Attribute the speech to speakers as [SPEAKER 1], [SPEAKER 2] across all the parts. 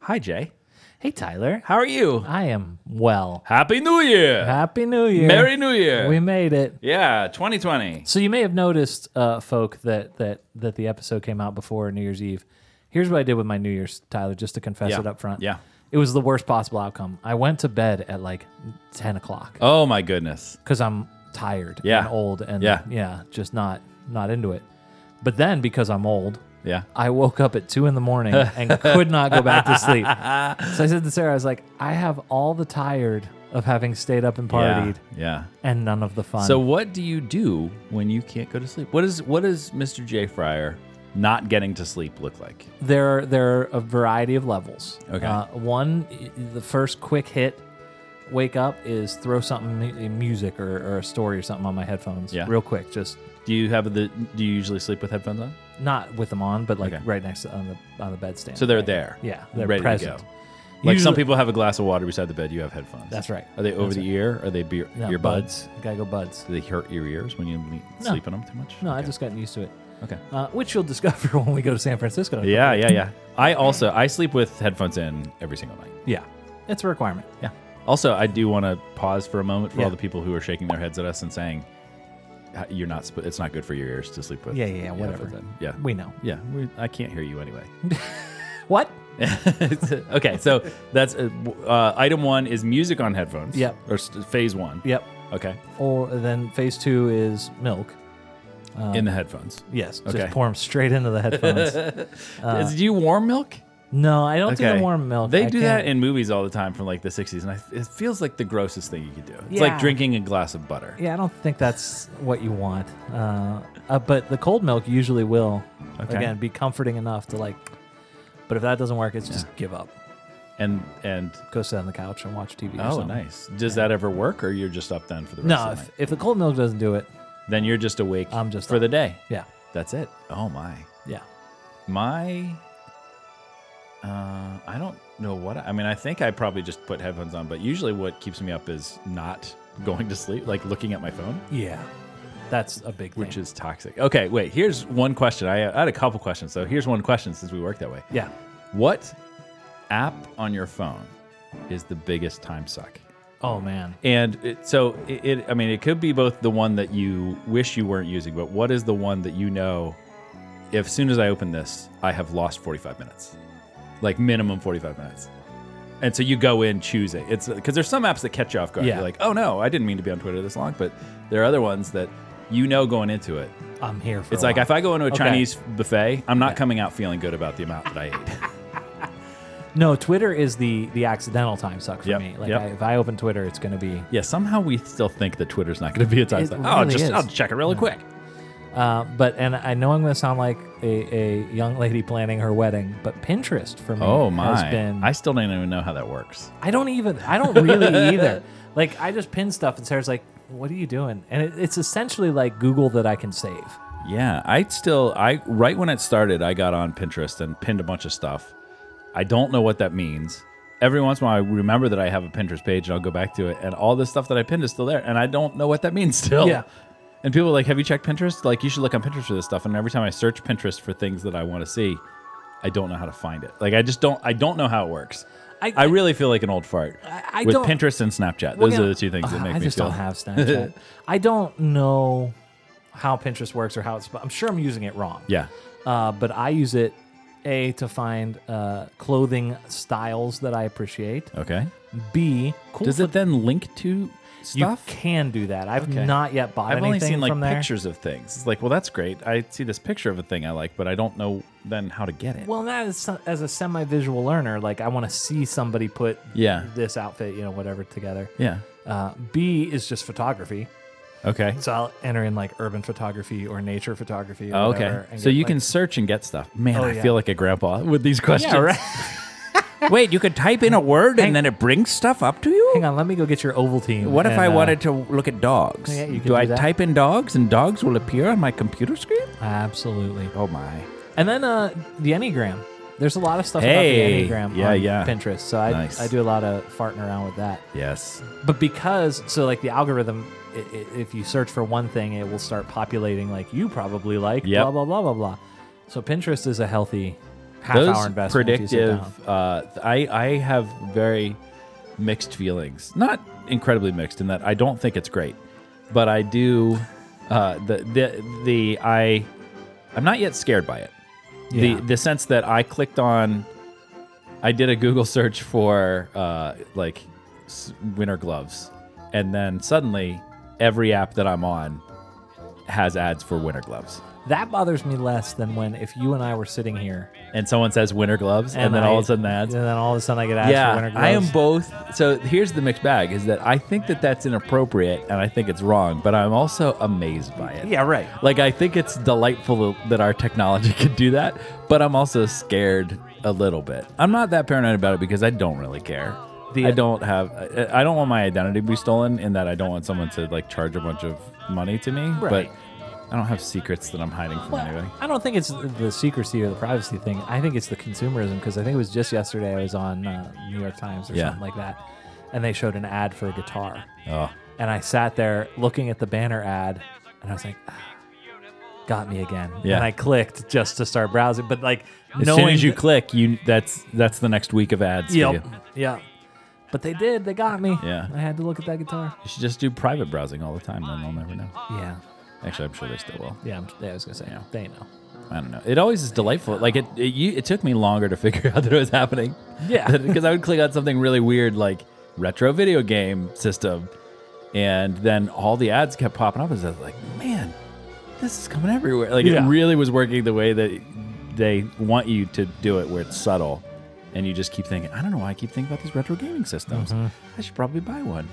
[SPEAKER 1] Hi, Jay.
[SPEAKER 2] Hey, Tyler.
[SPEAKER 1] How are you?
[SPEAKER 2] I am well.
[SPEAKER 1] Happy New Year.
[SPEAKER 2] Happy New Year.
[SPEAKER 1] Merry New Year.
[SPEAKER 2] We made it.
[SPEAKER 1] yeah, 2020.
[SPEAKER 2] So you may have noticed, uh, folk, that that that the episode came out before New Year's Eve. Here's what I did with my New Year's, Tyler, just to confess
[SPEAKER 1] Yeah.
[SPEAKER 2] it up front.
[SPEAKER 1] Yeah.
[SPEAKER 2] It was the worst possible outcome. I went to bed at like ten o'clock
[SPEAKER 1] Oh my goodness.
[SPEAKER 2] because I'm tired
[SPEAKER 1] Yeah.
[SPEAKER 2] and old and
[SPEAKER 1] Yeah.
[SPEAKER 2] just not not into it. But then because I'm old,
[SPEAKER 1] Yeah.
[SPEAKER 2] I woke up at two in the morning and could not go back to sleep. So I said to Sarah, I was like, I have all the tired of having stayed up and partied
[SPEAKER 1] Yeah.
[SPEAKER 2] and none of the fun.
[SPEAKER 1] So what do you do when you can't go to sleep? What is what does Mr. J Fryer not getting to sleep look like?
[SPEAKER 2] there are, there are a variety of levels.
[SPEAKER 1] Okay.
[SPEAKER 2] Uh, one, y- the first quick hit wake up is throw something mu- uh, music or, or a story or something on my headphones
[SPEAKER 1] Yeah.
[SPEAKER 2] real quick just
[SPEAKER 1] Do you have the do you usually sleep with headphones on?
[SPEAKER 2] not with them on but like
[SPEAKER 1] Okay.
[SPEAKER 2] right next to, on the on the bedstand
[SPEAKER 1] So they're there.
[SPEAKER 2] yeah they're
[SPEAKER 1] ready
[SPEAKER 2] present
[SPEAKER 1] to go. Like some
[SPEAKER 2] Usually-
[SPEAKER 1] people have a glass of water beside the bed, you have headphones.
[SPEAKER 2] That's right.
[SPEAKER 1] Are they over
[SPEAKER 2] That's
[SPEAKER 1] the
[SPEAKER 2] right.
[SPEAKER 1] ear? Are they be-
[SPEAKER 2] No,
[SPEAKER 1] earbuds?
[SPEAKER 2] gotta go buds
[SPEAKER 1] Do they hurt your ears when you le- sleep in them too much?
[SPEAKER 2] no
[SPEAKER 1] okay.
[SPEAKER 2] i've just gotten used to it
[SPEAKER 1] Okay.
[SPEAKER 2] uh, which you'll discover when we go to san francisco
[SPEAKER 1] Yeah, yeah, yeah. I also I sleep with headphones in every single night.
[SPEAKER 2] yeah it's a requirement
[SPEAKER 1] Yeah. Also, I do want to pause for a moment for
[SPEAKER 2] Yeah.
[SPEAKER 1] all the people who are shaking their heads at us and saying, "Uh, "You're not. sp- It's not good for your ears to sleep with."
[SPEAKER 2] yeah yeah, yeah whatever
[SPEAKER 1] headphones in." Yeah.
[SPEAKER 2] we know
[SPEAKER 1] yeah. We, I can't hear you anyway.
[SPEAKER 2] what
[SPEAKER 1] okay, so that's uh, w- uh, item one is music on headphones.
[SPEAKER 2] Yep.
[SPEAKER 1] Or st- phase one.
[SPEAKER 2] yep
[SPEAKER 1] Okay.
[SPEAKER 2] or then phase two is milk Uh,
[SPEAKER 1] in the headphones.
[SPEAKER 2] Yes,
[SPEAKER 1] Okay.
[SPEAKER 2] just pour them straight into the headphones.
[SPEAKER 1] Is- do you warm milk?
[SPEAKER 2] no, uh, I don't do the warm milk.
[SPEAKER 1] They
[SPEAKER 2] I
[SPEAKER 1] do that
[SPEAKER 2] can't-
[SPEAKER 1] in movies all the time from like the 60s, and I, it feels like the grossest thing you could do. It's
[SPEAKER 2] Yeah.
[SPEAKER 1] like drinking a glass of butter.
[SPEAKER 2] yeah, I don't think that's what you want. Uh, uh, but the cold milk usually will,
[SPEAKER 1] Okay.
[SPEAKER 2] again, be comforting enough to like. But if that doesn't work, it's just give up.
[SPEAKER 1] And and
[SPEAKER 2] Go sit on the couch and watch TV. or
[SPEAKER 1] oh,
[SPEAKER 2] something.
[SPEAKER 1] nice. Does that ever work, or you're just up then for the rest
[SPEAKER 2] No,
[SPEAKER 1] of the
[SPEAKER 2] if,
[SPEAKER 1] night?
[SPEAKER 2] if the cold milk doesn't do it,
[SPEAKER 1] Then you're just awake.
[SPEAKER 2] I'm just
[SPEAKER 1] for
[SPEAKER 2] up.
[SPEAKER 1] the day.
[SPEAKER 2] yeah,
[SPEAKER 1] That's it. Oh my,
[SPEAKER 2] yeah.
[SPEAKER 1] my. Uh, I don't know what I, I mean. I think I probably just put headphones on, but usually what keeps me up is not going to sleep, like looking at my phone,
[SPEAKER 2] Yeah. That's a big thing.
[SPEAKER 1] which is toxic. Okay, wait. Here's one question. I, I had a couple questions, so here's one question since we work that way.
[SPEAKER 2] yeah.
[SPEAKER 1] What app on your phone is the biggest time suck?
[SPEAKER 2] Oh, man.
[SPEAKER 1] And it, so it, it, I mean, it could be both the one that you wish you weren't using, but what is the one that you know? If soon as I open this, I have lost 45 minutes, like minimum 45 minutes. And so you go in, choose it. It's because there's some apps that catch you off guard.
[SPEAKER 2] Yeah.
[SPEAKER 1] You're like, oh no, I didn't mean to be on Twitter this long. But there are other ones that you know going into it.
[SPEAKER 2] I'm here for
[SPEAKER 1] It's
[SPEAKER 2] a
[SPEAKER 1] like
[SPEAKER 2] while.
[SPEAKER 1] if I go into a
[SPEAKER 2] Okay.
[SPEAKER 1] Chinese buffet, I'm not coming out feeling good about the amount that I ate.
[SPEAKER 2] No, Twitter is the the accidental time suck for
[SPEAKER 1] Yep,
[SPEAKER 2] me. Like,
[SPEAKER 1] yep.
[SPEAKER 2] I, if I open Twitter, it's going to be
[SPEAKER 1] yeah, somehow we still think that Twitter's not going to be a time
[SPEAKER 2] It
[SPEAKER 1] suck. oh,
[SPEAKER 2] really
[SPEAKER 1] just
[SPEAKER 2] is.
[SPEAKER 1] I'll check it really quick.
[SPEAKER 2] Uh, but and I know I'm going to sound like a, a young lady planning her wedding, but Pinterest for me
[SPEAKER 1] Oh my!
[SPEAKER 2] has been
[SPEAKER 1] I still don't even know how that works.
[SPEAKER 2] I don't even I don't really either. Like I just pin stuff and Sarah's like, "What are you doing?" And it, it's essentially like Google that I can save.
[SPEAKER 1] Yeah, I still I right when it started, I got on Pinterest and pinned a bunch of stuff. I don't know what that means. Every once in a while, I remember that I have a Pinterest page and I'll go back to it, and all this stuff that I pinned is still there, and I don't know what that means still.
[SPEAKER 2] Yeah.
[SPEAKER 1] And people are like, "Have you checked Pinterest? Like, you should look on Pinterest for this stuff." And every time I search Pinterest for things that I want to see, I don't know how to find it. Like, I just don't. I don't know how it works.
[SPEAKER 2] I-
[SPEAKER 1] I, really feel like an old fart
[SPEAKER 2] I- I
[SPEAKER 1] with
[SPEAKER 2] don't-
[SPEAKER 1] Pinterest and Snapchat.
[SPEAKER 2] Well,
[SPEAKER 1] Those
[SPEAKER 2] yeah,
[SPEAKER 1] are the two things that
[SPEAKER 2] uh,
[SPEAKER 1] make
[SPEAKER 2] I
[SPEAKER 1] me
[SPEAKER 2] just
[SPEAKER 1] feel.
[SPEAKER 2] don't have Snapchat. I don't know how Pinterest works or how it's. I'm sure I'm using it wrong.
[SPEAKER 1] yeah.
[SPEAKER 2] Uh, but I use it a to find uh, clothing styles that I appreciate.
[SPEAKER 1] Okay.
[SPEAKER 2] B cool
[SPEAKER 1] Does it then link to stuff?
[SPEAKER 2] You can do that. I've
[SPEAKER 1] Okay.
[SPEAKER 2] not yet bought
[SPEAKER 1] I've
[SPEAKER 2] anything
[SPEAKER 1] only seen like
[SPEAKER 2] from there.
[SPEAKER 1] pictures of things. It's like, well, that's great. I see this picture of a thing I like, but I don't know then how to get it.
[SPEAKER 2] Well, not as, as a semi-visual learner, like I want to see somebody put
[SPEAKER 1] Yeah.
[SPEAKER 2] this outfit, you know, whatever together.
[SPEAKER 1] yeah.
[SPEAKER 2] Uh, B is just photography,
[SPEAKER 1] Okay.
[SPEAKER 2] so I'll enter in like urban photography or nature photography. Or
[SPEAKER 1] Oh,
[SPEAKER 2] whatever
[SPEAKER 1] okay.
[SPEAKER 2] and
[SPEAKER 1] So
[SPEAKER 2] get,
[SPEAKER 1] you
[SPEAKER 2] like-
[SPEAKER 1] can search and get stuff. Man,
[SPEAKER 2] Oh,
[SPEAKER 1] I
[SPEAKER 2] yeah.
[SPEAKER 1] feel like a grandpa with these questions.
[SPEAKER 2] yeah, right.
[SPEAKER 1] Wait, you could type in a word
[SPEAKER 2] Hang-
[SPEAKER 1] and then it brings stuff up to you?
[SPEAKER 2] Hang on, let me go get your Ovaltine.
[SPEAKER 1] What if
[SPEAKER 2] and,
[SPEAKER 1] I
[SPEAKER 2] uh, Oh,
[SPEAKER 1] wanted to look at dogs?
[SPEAKER 2] Yeah, you can
[SPEAKER 1] do I
[SPEAKER 2] do that.
[SPEAKER 1] type in dogs and dogs will appear on my computer screen?
[SPEAKER 2] Absolutely.
[SPEAKER 1] Oh my.
[SPEAKER 2] And then uh, the Enneagram. There's a lot of stuff
[SPEAKER 1] Hey,
[SPEAKER 2] about the Enneagram
[SPEAKER 1] yeah,
[SPEAKER 2] on
[SPEAKER 1] yeah.
[SPEAKER 2] Pinterest, so I
[SPEAKER 1] Nice.
[SPEAKER 2] I do a lot of farting around with that.
[SPEAKER 1] Yes.
[SPEAKER 2] but because so like the algorithm i i if you search for one thing it will start populating like you probably like
[SPEAKER 1] Yep.
[SPEAKER 2] blah blah blah blah blah so pinterest is a healthy half
[SPEAKER 1] Those
[SPEAKER 2] hour investment. If you sit down.
[SPEAKER 1] predictive. Uh, I I have very mixed feelings. Not incredibly mixed in that I don't think it's great, but I do. Uh, the the the I I'm not yet scared by it.
[SPEAKER 2] Yeah.
[SPEAKER 1] The the sense that I clicked on, I did a Google search for uh, like s- winter gloves, and then suddenly every app that I'm on has ads for winter gloves.
[SPEAKER 2] That bothers me less than when if you and I were sitting here
[SPEAKER 1] And someone says winter gloves, and, then all of a sudden the ads.
[SPEAKER 2] and then all of a sudden I get asked for winter gloves.
[SPEAKER 1] I am both. So here's the mixed bag: is that I think that that's inappropriate and I think it's wrong, but I'm also amazed by it.
[SPEAKER 2] Yeah, right.
[SPEAKER 1] Like I think it's delightful that our technology could do that, but I'm also scared a little bit. I'm not that paranoid about it because I don't really care.
[SPEAKER 2] The-
[SPEAKER 1] I don't have. I I don't want my identity to be stolen, in that I don't want someone to like charge a bunch of money to me.
[SPEAKER 2] Right.
[SPEAKER 1] But I don't have secrets that I'm hiding from anybody.
[SPEAKER 2] I don't think it's the secrecy or the privacy thing. I think it's the consumerism because I think it was just yesterday I was on uh, New York Times or
[SPEAKER 1] Yeah.
[SPEAKER 2] something like that, and they showed an ad for a guitar,
[SPEAKER 1] Oh,
[SPEAKER 2] and I sat there looking at the banner ad, and I was like. "Ah, Got me again,
[SPEAKER 1] Yeah.
[SPEAKER 2] and I clicked just to start browsing. But like,
[SPEAKER 1] as
[SPEAKER 2] knowing
[SPEAKER 1] soon as you
[SPEAKER 2] th-
[SPEAKER 1] click, you that's that's the next week of ads. for
[SPEAKER 2] Yep.
[SPEAKER 1] you.
[SPEAKER 2] Yeah. But they did. They got me.
[SPEAKER 1] Yeah.
[SPEAKER 2] I had to look at that guitar.
[SPEAKER 1] You should just do private browsing all the time, then they'll never know.
[SPEAKER 2] Yeah.
[SPEAKER 1] Actually, I'm sure they still will.
[SPEAKER 2] Yeah. I'm, yeah I was going to say,
[SPEAKER 1] Yeah.
[SPEAKER 2] they know.
[SPEAKER 1] I don't know. It always is delightful. Like it, it, you, it took me longer to figure out that it was happening.
[SPEAKER 2] Yeah.
[SPEAKER 1] because I would click on something really weird, like retro video game system, and then all the ads kept popping up, and I was like, man, this is coming everywhere. Like
[SPEAKER 2] Yeah.
[SPEAKER 1] it really was working the way that they want you to do it, where it's subtle, and you just keep thinking, I don't know why I keep thinking about these retro gaming systems.
[SPEAKER 2] Mm-hmm.
[SPEAKER 1] I should probably buy one.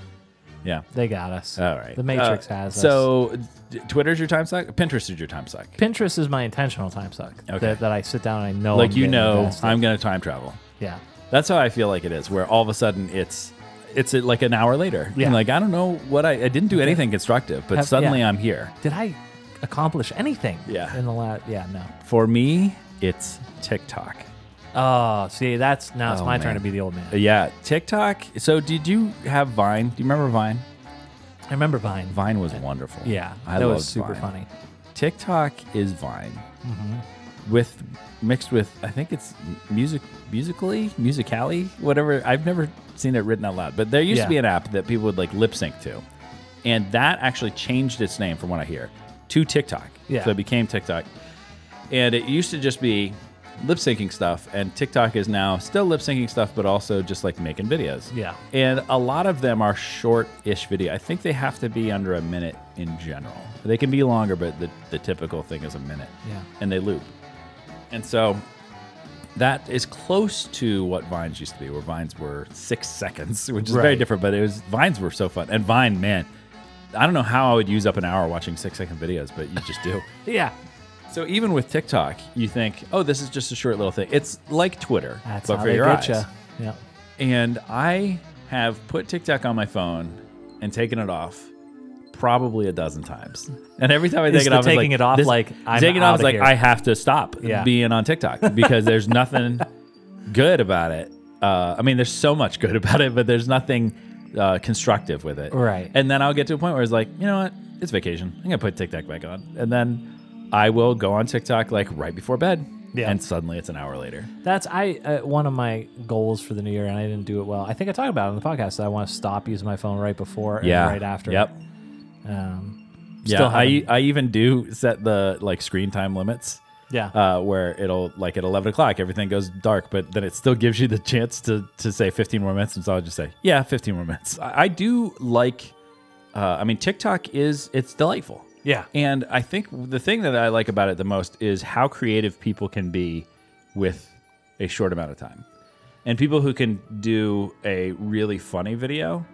[SPEAKER 1] Yeah.
[SPEAKER 2] They got us.
[SPEAKER 1] All right.
[SPEAKER 2] The Matrix
[SPEAKER 1] Uh,
[SPEAKER 2] has us.
[SPEAKER 1] So, d- Twitter's your time suck. Pinterest is your time suck.
[SPEAKER 2] Pinterest is my intentional time suck.
[SPEAKER 1] Okay.
[SPEAKER 2] That, that I sit down and I know.
[SPEAKER 1] like
[SPEAKER 2] I'm
[SPEAKER 1] you
[SPEAKER 2] getting
[SPEAKER 1] know,
[SPEAKER 2] invested.
[SPEAKER 1] I'm gonna time travel.
[SPEAKER 2] Yeah.
[SPEAKER 1] That's how I feel like it is. Where all of a sudden it's it's uh, like an hour later.
[SPEAKER 2] Yeah.
[SPEAKER 1] I'm like I don't know what I I didn't do anything constructive, but
[SPEAKER 2] Have-
[SPEAKER 1] suddenly
[SPEAKER 2] yeah.
[SPEAKER 1] I'm here.
[SPEAKER 2] Did I accomplish anything?
[SPEAKER 1] Yeah.
[SPEAKER 2] In the last. Yeah. No.
[SPEAKER 1] For me, it's TikTok.
[SPEAKER 2] Oh, see, that's now it's
[SPEAKER 1] Oh,
[SPEAKER 2] my
[SPEAKER 1] man.
[SPEAKER 2] turn to be the old man.
[SPEAKER 1] Uh, Yeah, TikTok. So did you have Vine? Do you remember Vine?
[SPEAKER 2] I remember Vine.
[SPEAKER 1] Vine was wonderful.
[SPEAKER 2] Yeah.
[SPEAKER 1] I
[SPEAKER 2] that
[SPEAKER 1] loved
[SPEAKER 2] was super
[SPEAKER 1] Vine.
[SPEAKER 2] funny.
[SPEAKER 1] TikTok is Vine,
[SPEAKER 2] Mm-hmm.
[SPEAKER 1] with mixed with I think it's music, musically, musically, whatever. I've never seen it written out loud, but there used
[SPEAKER 2] Yeah.
[SPEAKER 1] to be an app that people would like lip sync to, and that actually changed its name from what I hear to TikTok.
[SPEAKER 2] Yeah.
[SPEAKER 1] so it became TikTok, and it used to just be lip syncing stuff, and TikTok is now still lip syncing stuff, but also just like making videos.
[SPEAKER 2] Yeah.
[SPEAKER 1] And a lot of them are short ish video. I think they have to be under a minute in general. They can be longer, but the, the typical thing is a minute.
[SPEAKER 2] Yeah.
[SPEAKER 1] And they loop. And so that is close to what Vines used to be, where Vines were six seconds, which is very
[SPEAKER 2] Right.
[SPEAKER 1] different, but it was Vines were so fun. And Vine, man, I don't know how I would use up an hour watching six second videos, but you just do.
[SPEAKER 2] Yeah.
[SPEAKER 1] So even with TikTok, you think, oh, this is just a short little thing. It's like Twitter,
[SPEAKER 2] That's
[SPEAKER 1] but
[SPEAKER 2] how
[SPEAKER 1] for
[SPEAKER 2] they
[SPEAKER 1] your
[SPEAKER 2] get
[SPEAKER 1] eyes.
[SPEAKER 2] you. Yeah.
[SPEAKER 1] And I have put TikTok on my phone and taken it off probably a dozen times. And every time I take
[SPEAKER 2] Is
[SPEAKER 1] it
[SPEAKER 2] the
[SPEAKER 1] off, it's
[SPEAKER 2] taking it off
[SPEAKER 1] this-
[SPEAKER 2] like, I'm
[SPEAKER 1] taking it
[SPEAKER 2] out
[SPEAKER 1] off is
[SPEAKER 2] of
[SPEAKER 1] like
[SPEAKER 2] here.
[SPEAKER 1] I have to stop
[SPEAKER 2] Yeah.
[SPEAKER 1] being on TikTok because there's nothing good about it. Uh, I mean, there's so much good about it, but there's nothing uh, constructive with it.
[SPEAKER 2] Right.
[SPEAKER 1] And then I'll get to a point where it's like, you know what? It's vacation. I'm gonna put TikTok back on, and then I will go on TikTok like right before bed.
[SPEAKER 2] Yeah.
[SPEAKER 1] And suddenly it's an hour later.
[SPEAKER 2] That's I uh, one of my goals for the new year, and I didn't do it well. I think I talked about it on the podcast that I want to stop using my phone right before and right after.
[SPEAKER 1] Yep.
[SPEAKER 2] Um,
[SPEAKER 1] Yeah,
[SPEAKER 2] Still
[SPEAKER 1] I,
[SPEAKER 2] haven't.
[SPEAKER 1] I even do set the like screen time limits
[SPEAKER 2] yeah.
[SPEAKER 1] uh, where it'll like at 11 o'clock everything goes dark, but then it still gives you the chance to to say 15 more minutes, and so I'll just say yeah, 15 more minutes. I, I do like, uh, I mean TikTok is it's delightful,
[SPEAKER 2] yeah.
[SPEAKER 1] and I think the thing that I like about it the most is how creative people can be with a short amount of time, and people who can do a really funny video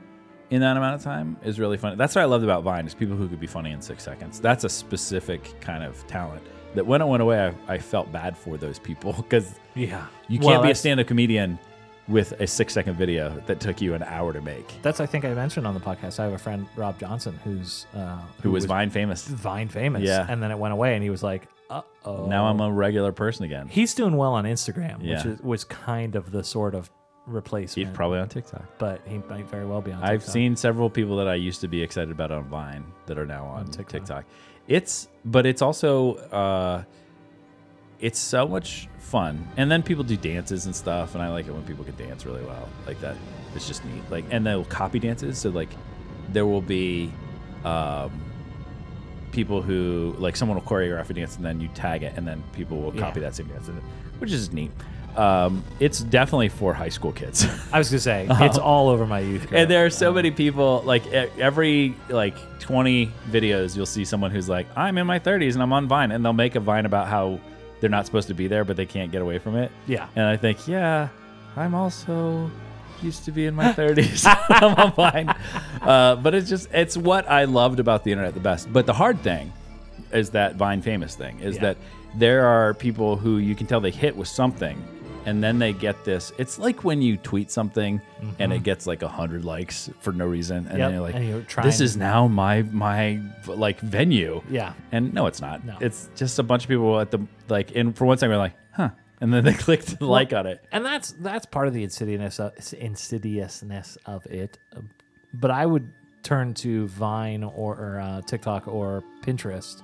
[SPEAKER 1] in that amount of time is really funny. That's what I loved about Vine is people who could be funny in six seconds. That's a specific kind of talent that when it went away, I, I felt bad for those people because
[SPEAKER 2] Yeah.
[SPEAKER 1] you can't be
[SPEAKER 2] Well,
[SPEAKER 1] a
[SPEAKER 2] that's-
[SPEAKER 1] stand-up comedian with a six-second video that took you an hour to make.
[SPEAKER 2] That's I think I mentioned on the podcast. I have a friend Rob Johnson who's uh,
[SPEAKER 1] Who was Vine famous?
[SPEAKER 2] Vine famous.
[SPEAKER 1] Yeah.
[SPEAKER 2] And then it went away, and he was like, "Uh oh."
[SPEAKER 1] Now I'm a regular person again.
[SPEAKER 2] He's doing well on Instagram, which
[SPEAKER 1] Yeah.
[SPEAKER 2] is, was kind of the sort of
[SPEAKER 1] He's
[SPEAKER 2] replacement,
[SPEAKER 1] probably on TikTok.
[SPEAKER 2] but he might very well be on.
[SPEAKER 1] I've
[SPEAKER 2] TikTok.
[SPEAKER 1] seen several people that I used to be excited about on Vine that are now on TikTok. It's but it's also uh, it's so much fun. And then people do dances and stuff, and I like it when people can dance really well. Like that, it's just neat. Like, and they'll copy dances. So like, there will be um, people who like someone will choreograph a dance, and then you tag it, and then people will copy that same dance, which is neat. Um, it's definitely for high school kids.
[SPEAKER 2] I was gonna say it's all over my youth.
[SPEAKER 1] And
[SPEAKER 2] group.
[SPEAKER 1] there are so many people, like e- every like 20 videos, you'll see someone who's like, I'm in my 30s and I'm on Vine, and they'll make a Vine about how they're not supposed to be there, but they can't get away from it.
[SPEAKER 2] yeah,
[SPEAKER 1] And I think, yeah, I'm also used to be in my 30s. I'm on Vine, uh, but it's just it's what I loved about the internet the best. But the hard thing is that Vine famous thing is
[SPEAKER 2] Yeah.
[SPEAKER 1] that there are people who you can tell they hit with something. And then they get this. It's like when you tweet something and it gets like hundred likes for no reason, and
[SPEAKER 2] Mm-hmm. Yep,
[SPEAKER 1] then you're like,
[SPEAKER 2] and you're
[SPEAKER 1] "This
[SPEAKER 2] trying-
[SPEAKER 1] is now my my like venue."
[SPEAKER 2] Yeah.
[SPEAKER 1] And no, it's not.
[SPEAKER 2] No.
[SPEAKER 1] It's just a bunch of people at the like. And for one second, we're like, "Huh," and then they clicked like on it.
[SPEAKER 2] and that's that's part of the insidiousness of, insidiousness of it. But I would turn to Vine or, or uh, TikTok or Pinterest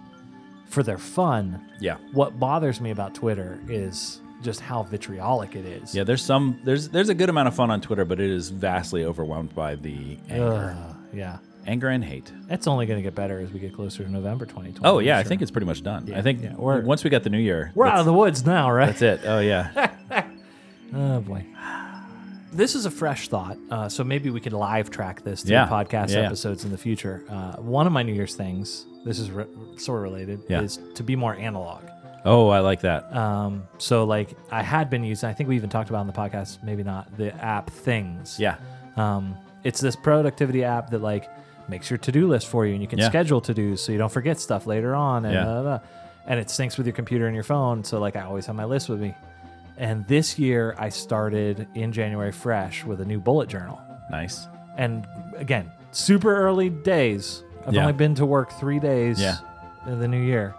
[SPEAKER 2] for their fun.
[SPEAKER 1] Yeah.
[SPEAKER 2] What bothers me about Twitter is just how vitriolic it is.
[SPEAKER 1] Yeah, there's some there's there's a good amount of fun on Twitter, but it is vastly overwhelmed by the anger,
[SPEAKER 2] Ugh, yeah.
[SPEAKER 1] anger and hate.
[SPEAKER 2] It's only going to get better as we get closer to November 2020.
[SPEAKER 1] Oh yeah,
[SPEAKER 2] I'm
[SPEAKER 1] I
[SPEAKER 2] sure.
[SPEAKER 1] think it's pretty much done. I think
[SPEAKER 2] yeah, we're-
[SPEAKER 1] once we got the new year,
[SPEAKER 2] we're
[SPEAKER 1] that's,
[SPEAKER 2] out of the woods now, right?
[SPEAKER 1] that's it. Oh yeah,
[SPEAKER 2] Oh boy. This is a fresh thought, uh, so maybe we could live track this through
[SPEAKER 1] Yeah.
[SPEAKER 2] podcast
[SPEAKER 1] Yeah, yeah.
[SPEAKER 2] episodes in the future. Uh, one of my New Year's things, this is re- sort of related,
[SPEAKER 1] Yeah.
[SPEAKER 2] is to be more analog.
[SPEAKER 1] oh I like that.
[SPEAKER 2] Um, so, like, I had been using, I think we even talked about in the podcast, maybe not, the app Things.
[SPEAKER 1] yeah,
[SPEAKER 2] Um, it's this productivity app that, like, makes your to do list for you and you can
[SPEAKER 1] Yeah.
[SPEAKER 2] schedule to dos so you don't forget stuff later on. And,
[SPEAKER 1] Yeah.
[SPEAKER 2] da, da, da. and it syncs with your computer and your phone. So, like, I always have my list with me. And this year, I started in January fresh with a new bullet journal.
[SPEAKER 1] nice.
[SPEAKER 2] And again, super early days. I've
[SPEAKER 1] Yeah.
[SPEAKER 2] only been to work three days
[SPEAKER 1] Yeah.
[SPEAKER 2] in the new year.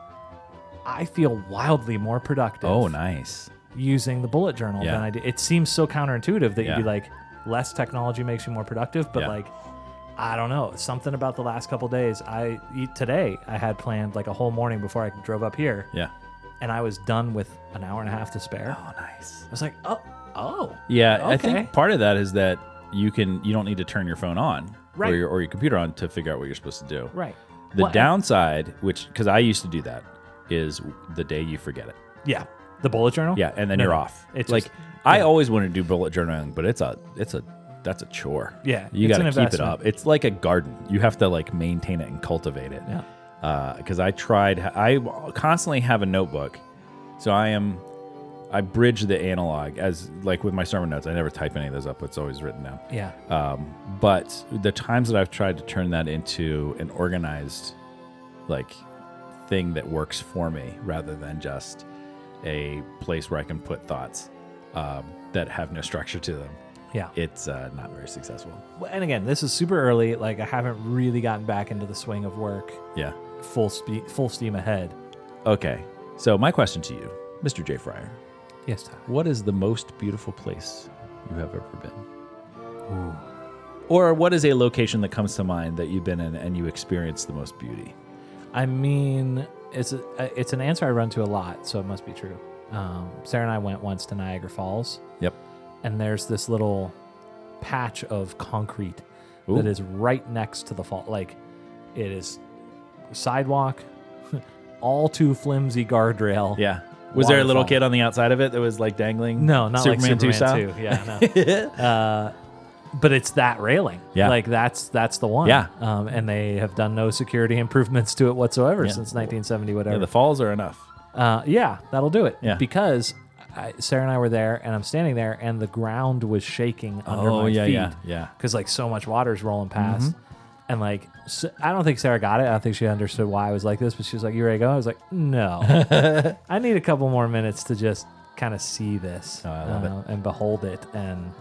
[SPEAKER 2] I feel wildly more productive
[SPEAKER 1] Oh nice.
[SPEAKER 2] using the bullet journal
[SPEAKER 1] Yeah.
[SPEAKER 2] than I do. It seems so counterintuitive that
[SPEAKER 1] Yeah.
[SPEAKER 2] you'd be like, less technology makes you more productive, but
[SPEAKER 1] Yeah.
[SPEAKER 2] like, I don't know. Something about the last couple days. I e- today I had planned like a whole morning before I drove up here,
[SPEAKER 1] Yeah.
[SPEAKER 2] and I was done with an hour and a half to spare.
[SPEAKER 1] Oh nice.
[SPEAKER 2] I was like, oh, oh,
[SPEAKER 1] Yeah, I
[SPEAKER 2] Okay.
[SPEAKER 1] think part of that is that you can you don't need to turn your phone on
[SPEAKER 2] Right.
[SPEAKER 1] or your or your computer on to figure out what you're supposed to do.
[SPEAKER 2] right.
[SPEAKER 1] The
[SPEAKER 2] Well,
[SPEAKER 1] downside, which because I used to do that, is the day you forget it.
[SPEAKER 2] Yeah, the bullet journal.
[SPEAKER 1] Yeah, and then
[SPEAKER 2] No,
[SPEAKER 1] you're
[SPEAKER 2] no.
[SPEAKER 1] off.
[SPEAKER 2] It's
[SPEAKER 1] It's like
[SPEAKER 2] just-
[SPEAKER 1] I always want to do bullet journaling, but it's a it's a that's a chore.
[SPEAKER 2] Yeah,
[SPEAKER 1] you
[SPEAKER 2] it's
[SPEAKER 1] got to
[SPEAKER 2] an
[SPEAKER 1] keep it
[SPEAKER 2] investment.
[SPEAKER 1] up. It's like a garden. You have to like maintain it and cultivate it.
[SPEAKER 2] Yeah.
[SPEAKER 1] Because I tried. I constantly have a notebook, so I am. I bridge the analog as like with my sermon notes. I never type any of those up. It's always written down.
[SPEAKER 2] Yeah.
[SPEAKER 1] Um, but the times that I've tried to turn that into an organized, like, thing that works for me rather than just a place where I can put thoughts um, that have no structure to them,
[SPEAKER 2] Yeah.
[SPEAKER 1] it's uh, not very successful.
[SPEAKER 2] Well, and again, this is super early. Like I haven't really gotten back into the swing of work
[SPEAKER 1] Yeah.
[SPEAKER 2] full speed, full steam ahead.
[SPEAKER 1] Okay. So, my question to you, Mr. J. Fryer,
[SPEAKER 2] Yes, Tyler.
[SPEAKER 1] what is the most beautiful place you have ever been? Or what is a location that comes to mind that you've been in and you experienced the most beauty?
[SPEAKER 2] I mean, it's a, uh, it's an answer I run to a lot, so it must be true. Um, Sarah and I went once to Niagara Falls,
[SPEAKER 1] Yep.
[SPEAKER 2] and there's this little patch of concrete
[SPEAKER 1] Ooh.
[SPEAKER 2] that is right next to the fall. Like, it is sidewalk, all too flimsy guardrail.
[SPEAKER 1] Yeah. Was there a little
[SPEAKER 2] Waterfall.
[SPEAKER 1] kid on the outside of it that was like dangling?
[SPEAKER 2] No, not like
[SPEAKER 1] II
[SPEAKER 2] Superman
[SPEAKER 1] style?
[SPEAKER 2] two. Yeah, no. uh, but it's that railing.
[SPEAKER 1] Yeah.
[SPEAKER 2] like that's that's the one.
[SPEAKER 1] Yeah.
[SPEAKER 2] um, and they have done no security improvements to it whatsoever
[SPEAKER 1] Yeah.
[SPEAKER 2] since 1970, whatever.
[SPEAKER 1] Yeah, the falls are enough.
[SPEAKER 2] Uh, yeah, that'll do it.
[SPEAKER 1] Yeah.
[SPEAKER 2] Because I, Sarah and I were there, and I'm standing there, and the ground was shaking under
[SPEAKER 1] Oh,
[SPEAKER 2] my
[SPEAKER 1] yeah,
[SPEAKER 2] feet.
[SPEAKER 1] yeah, Mm-hmm. yeah.
[SPEAKER 2] Because like so much water's rolling past, and like s I don't think Sarah got it. I don't think she understood why I was like this, but she was like, "You ready to go?" I was like, "No, I need a couple more minutes to just kind of see this
[SPEAKER 1] Oh, I love
[SPEAKER 2] uh, and behold it and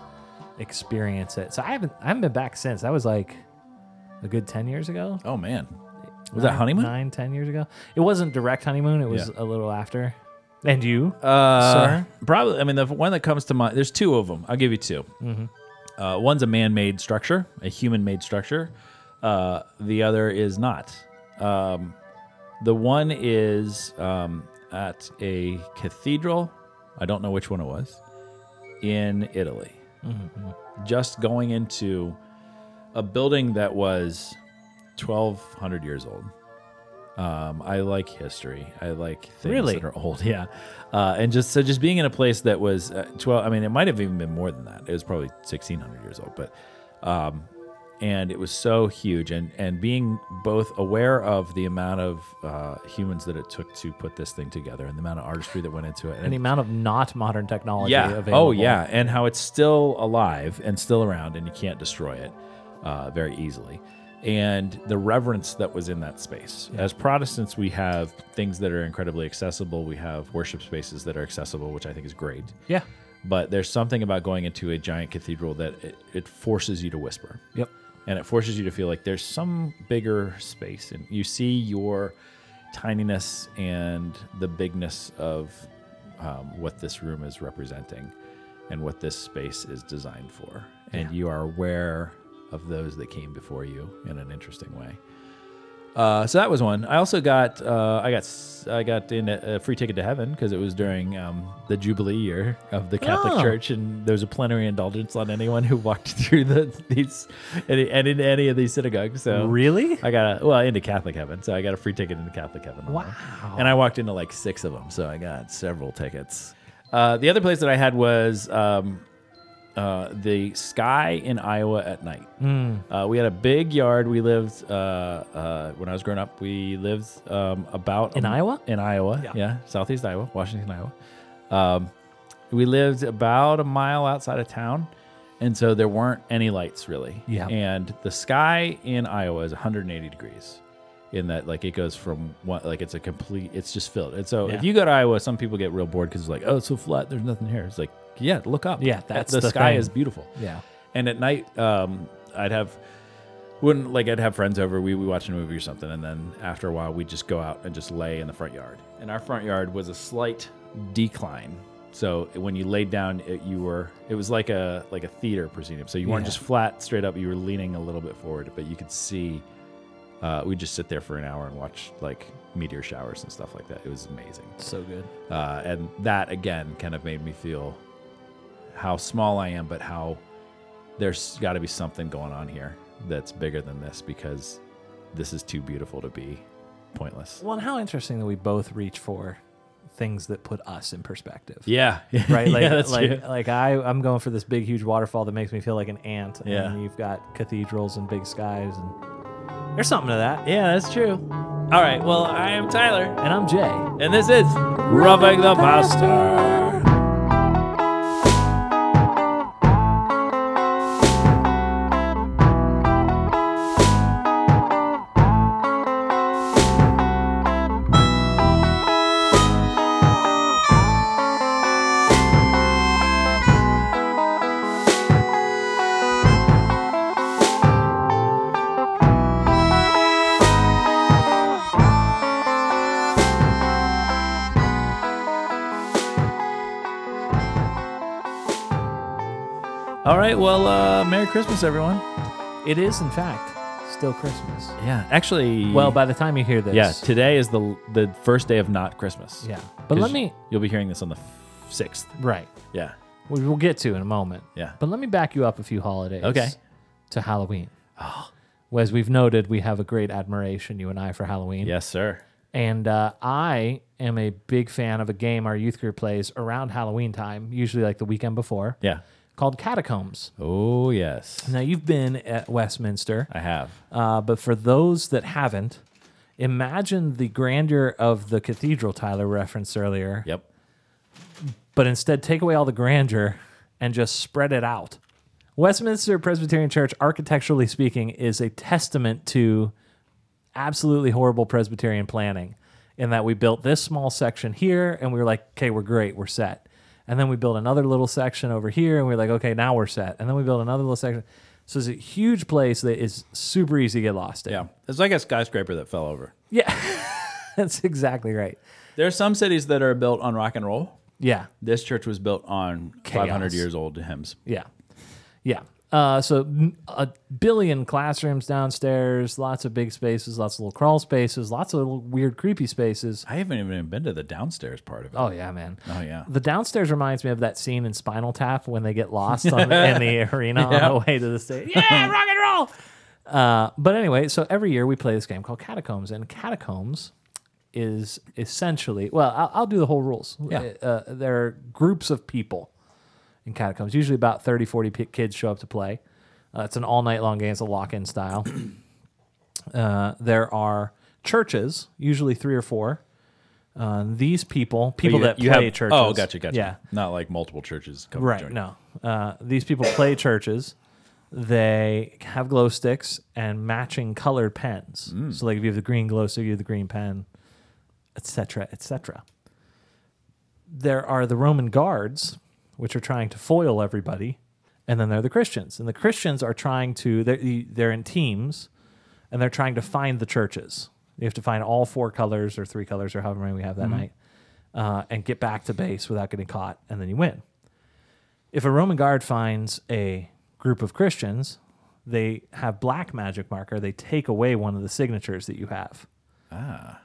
[SPEAKER 2] experience it." So I haven't I haven't been back since. That was like a good ten years ago.
[SPEAKER 1] Oh man. Was that honeymoon?
[SPEAKER 2] Nine, ten years ago. It wasn't direct honeymoon. It was
[SPEAKER 1] Yeah.
[SPEAKER 2] a little after. And you?
[SPEAKER 1] Uh,
[SPEAKER 2] Sir?
[SPEAKER 1] Probably. I mean, the one that comes to mind. There's two of them. I'll give you 2
[SPEAKER 2] Mm-hmm.
[SPEAKER 1] Uh, one's a man-made structure, a human-made structure. Uh, the other is not. Um, the one is um, at a cathedral. I don't know which one it was in Italy.
[SPEAKER 2] Mm-hmm,
[SPEAKER 1] Just going into a building that was 1,200 years old. Um, I like history. I like things
[SPEAKER 2] Really?
[SPEAKER 1] that are old. Yeah, uh, and just so just being in a place that was uh, 12. I mean, it might have even been more than that. It was probably 1,600 years old, but um, and it was so huge and and being both aware of the amount of uh, humans that it took to put this thing together and the amount of artistry that went into it
[SPEAKER 2] And the amount of not modern technology
[SPEAKER 1] yeah
[SPEAKER 2] available.
[SPEAKER 1] oh yeah and how it's still alive and still around and you can't destroy it uh, very easily and the reverence that was in that space as protestants we have things that are incredibly accessible we have worship spaces that are accessible which i think is great
[SPEAKER 2] Yeah.
[SPEAKER 1] but there's something about going into a giant cathedral that it, it forces you to whisper
[SPEAKER 2] Yep.
[SPEAKER 1] and it forces you to feel like there's some bigger space and you see your tininess and the bigness of um, what this room is representing and what this space is designed for and you are aware of those that came before you in an interesting way uh, so that was one. I also got uh, I got s- I got in a, a free ticket to heaven because it was during um, the Jubilee year of the Catholic
[SPEAKER 2] Oh.
[SPEAKER 1] Church, and there was a plenary indulgence on anyone who walked through the these any, and in any of these synagogues. So
[SPEAKER 2] Really?
[SPEAKER 1] I got a well into Catholic heaven, so I got a free ticket into Catholic heaven. on that.
[SPEAKER 2] Wow.
[SPEAKER 1] And I walked into like six of them, so I got several tickets. Uh, the other place that I had was um, uh, the sky in Iowa at night.
[SPEAKER 2] Hmm.
[SPEAKER 1] Uh, we had a big yard. We lived uh, uh, when I was growing up. We lived um, about
[SPEAKER 2] In Iowa?
[SPEAKER 1] In Iowa,
[SPEAKER 2] Yeah.
[SPEAKER 1] yeah. southeast Iowa, Washington, Iowa. Um, we lived about a mile outside of town, and so there weren't any lights really.
[SPEAKER 2] Yeah.
[SPEAKER 1] And the sky in Iowa is 180 degrees, in that like it goes from one like it's a complete. It's just filled. And so
[SPEAKER 2] Yeah.
[SPEAKER 1] if you go to Iowa, some people get real bored because it's like, oh, it's so flat. There's nothing here. It's like, yeah, look up.
[SPEAKER 2] Yeah, that's
[SPEAKER 1] the,
[SPEAKER 2] the
[SPEAKER 1] sky
[SPEAKER 2] thing.
[SPEAKER 1] is beautiful.
[SPEAKER 2] Yeah.
[SPEAKER 1] And at night, um, I'd have wouldn't like I'd have friends over. We we watch a movie or something, and then after a while, we'd just go out and just lay in the front yard. And our front yard was a slight decline, so when you laid down, it, you were it was like a like a theater proscenium. So you weren't
[SPEAKER 2] Yeah.
[SPEAKER 1] just flat straight up. You were leaning a little bit forward, but you could see. Uh, we'd just sit there for an hour and watch like meteor showers and stuff like that. It was amazing
[SPEAKER 2] So good.
[SPEAKER 1] uh, and that again kind of made me feel how small I am, but how there's got to be something going on here that's bigger than this because this is too beautiful to be pointless.
[SPEAKER 2] Well, and how interesting that we both reach for things that put us in perspective.
[SPEAKER 1] Yeah,
[SPEAKER 2] Right, like
[SPEAKER 1] yeah, that's
[SPEAKER 2] like
[SPEAKER 1] true.
[SPEAKER 2] like I I'm going for this big huge waterfall that makes me feel like an ant. And
[SPEAKER 1] Yeah.
[SPEAKER 2] you've got cathedrals and big skies and there's something to that.
[SPEAKER 1] yeah, that's true. All right, well, I am Tyler,
[SPEAKER 2] And I'm Jay.
[SPEAKER 1] and this is Rubbing the Pastor. All right, well, uh, Merry Christmas, everyone.
[SPEAKER 2] It is, in fact, still Christmas.
[SPEAKER 1] Yeah, actually,
[SPEAKER 2] Well, by the time you hear this,
[SPEAKER 1] yeah, today is the the first day of not Christmas.
[SPEAKER 2] yeah. But
[SPEAKER 1] 'Cause
[SPEAKER 2] let me
[SPEAKER 1] You'll be hearing this on the sixth.
[SPEAKER 2] right.
[SPEAKER 1] Yeah.
[SPEAKER 2] We will get to in a moment.
[SPEAKER 1] Yeah.
[SPEAKER 2] But let me back you up a few holidays.
[SPEAKER 1] Okay. Ah.
[SPEAKER 2] To Halloween. Oh. As we've noted, we have a great admiration, you and I, for Halloween.
[SPEAKER 1] Yes, sir.
[SPEAKER 2] And uh, I am a big fan of a game our youth group plays around Halloween time, usually like the weekend before,
[SPEAKER 1] Yeah.
[SPEAKER 2] called Catacombs.
[SPEAKER 1] Oh yes,
[SPEAKER 2] Now, you've been at Westminster.
[SPEAKER 1] I have.
[SPEAKER 2] Uh, but for those that haven't, imagine the grandeur of the cathedral Tyler referenced earlier,
[SPEAKER 1] Yep.
[SPEAKER 2] but instead take away all the grandeur and just spread it out. Westminster Presbyterian Church, architecturally speaking, is a testament to absolutely horrible Presbyterian planning in that we built this small section here and we were like, okay, we're great, we're set. And then we built another little section over here and we are like, okay, now we're set. And then we built another little section. So it's a huge place that is super easy to get lost in.
[SPEAKER 1] Yeah, it's like a skyscraper that fell over.
[SPEAKER 2] Yeah, that's exactly right.
[SPEAKER 1] There are some cities that are built on rock and roll.
[SPEAKER 2] Yeah,
[SPEAKER 1] This church was built on
[SPEAKER 2] Chaos.
[SPEAKER 1] 500 years old hymns.
[SPEAKER 2] yeah, yeah. Uh, so m- a billion classrooms downstairs, lots of big spaces, lots of little crawl spaces, lots of little weird creepy spaces.
[SPEAKER 1] I haven't even been to the downstairs part of it.
[SPEAKER 2] Oh yeah, man.
[SPEAKER 1] Oh, yeah.
[SPEAKER 2] The downstairs reminds me of that scene in Spinal Tap when they get lost on, in the arena on the way to the stage. Yeah, rock and roll. Uh, but anyway, so every year we play this game called Catacombs, and Catacombs is essentially well, I'll, I'll do the whole rules.
[SPEAKER 1] Yeah.
[SPEAKER 2] Uh, there are groups of people in Catacombs. Usually about 30, 40 p- kids show up to play. Uh, it's an all night long game. It's a lock in style. Uh, there are churches, usually three or four. Uh, these people, people
[SPEAKER 1] But
[SPEAKER 2] that play churches.
[SPEAKER 1] Oh, gotcha, gotcha.
[SPEAKER 2] Yeah,
[SPEAKER 1] Not like multiple churches. Coming
[SPEAKER 2] right. No, uh, these people play churches. They have glow sticks and matching colored pens. So, like, if you have the green glow stick, you have the green pen, etc., etc. There are the Roman guards, which are trying to foil everybody, and then there are the Christians, and the Christians are trying to. They're, they're in teams, and they're trying to find the churches. You have to find all four colors or three colors or however many we have
[SPEAKER 1] Mm-hmm.
[SPEAKER 2] that night, uh, and get back to base without getting caught, and then you win if a Roman guard finds a group of Christians, they have black magic marker. They take away one of the signatures that you have. Ah.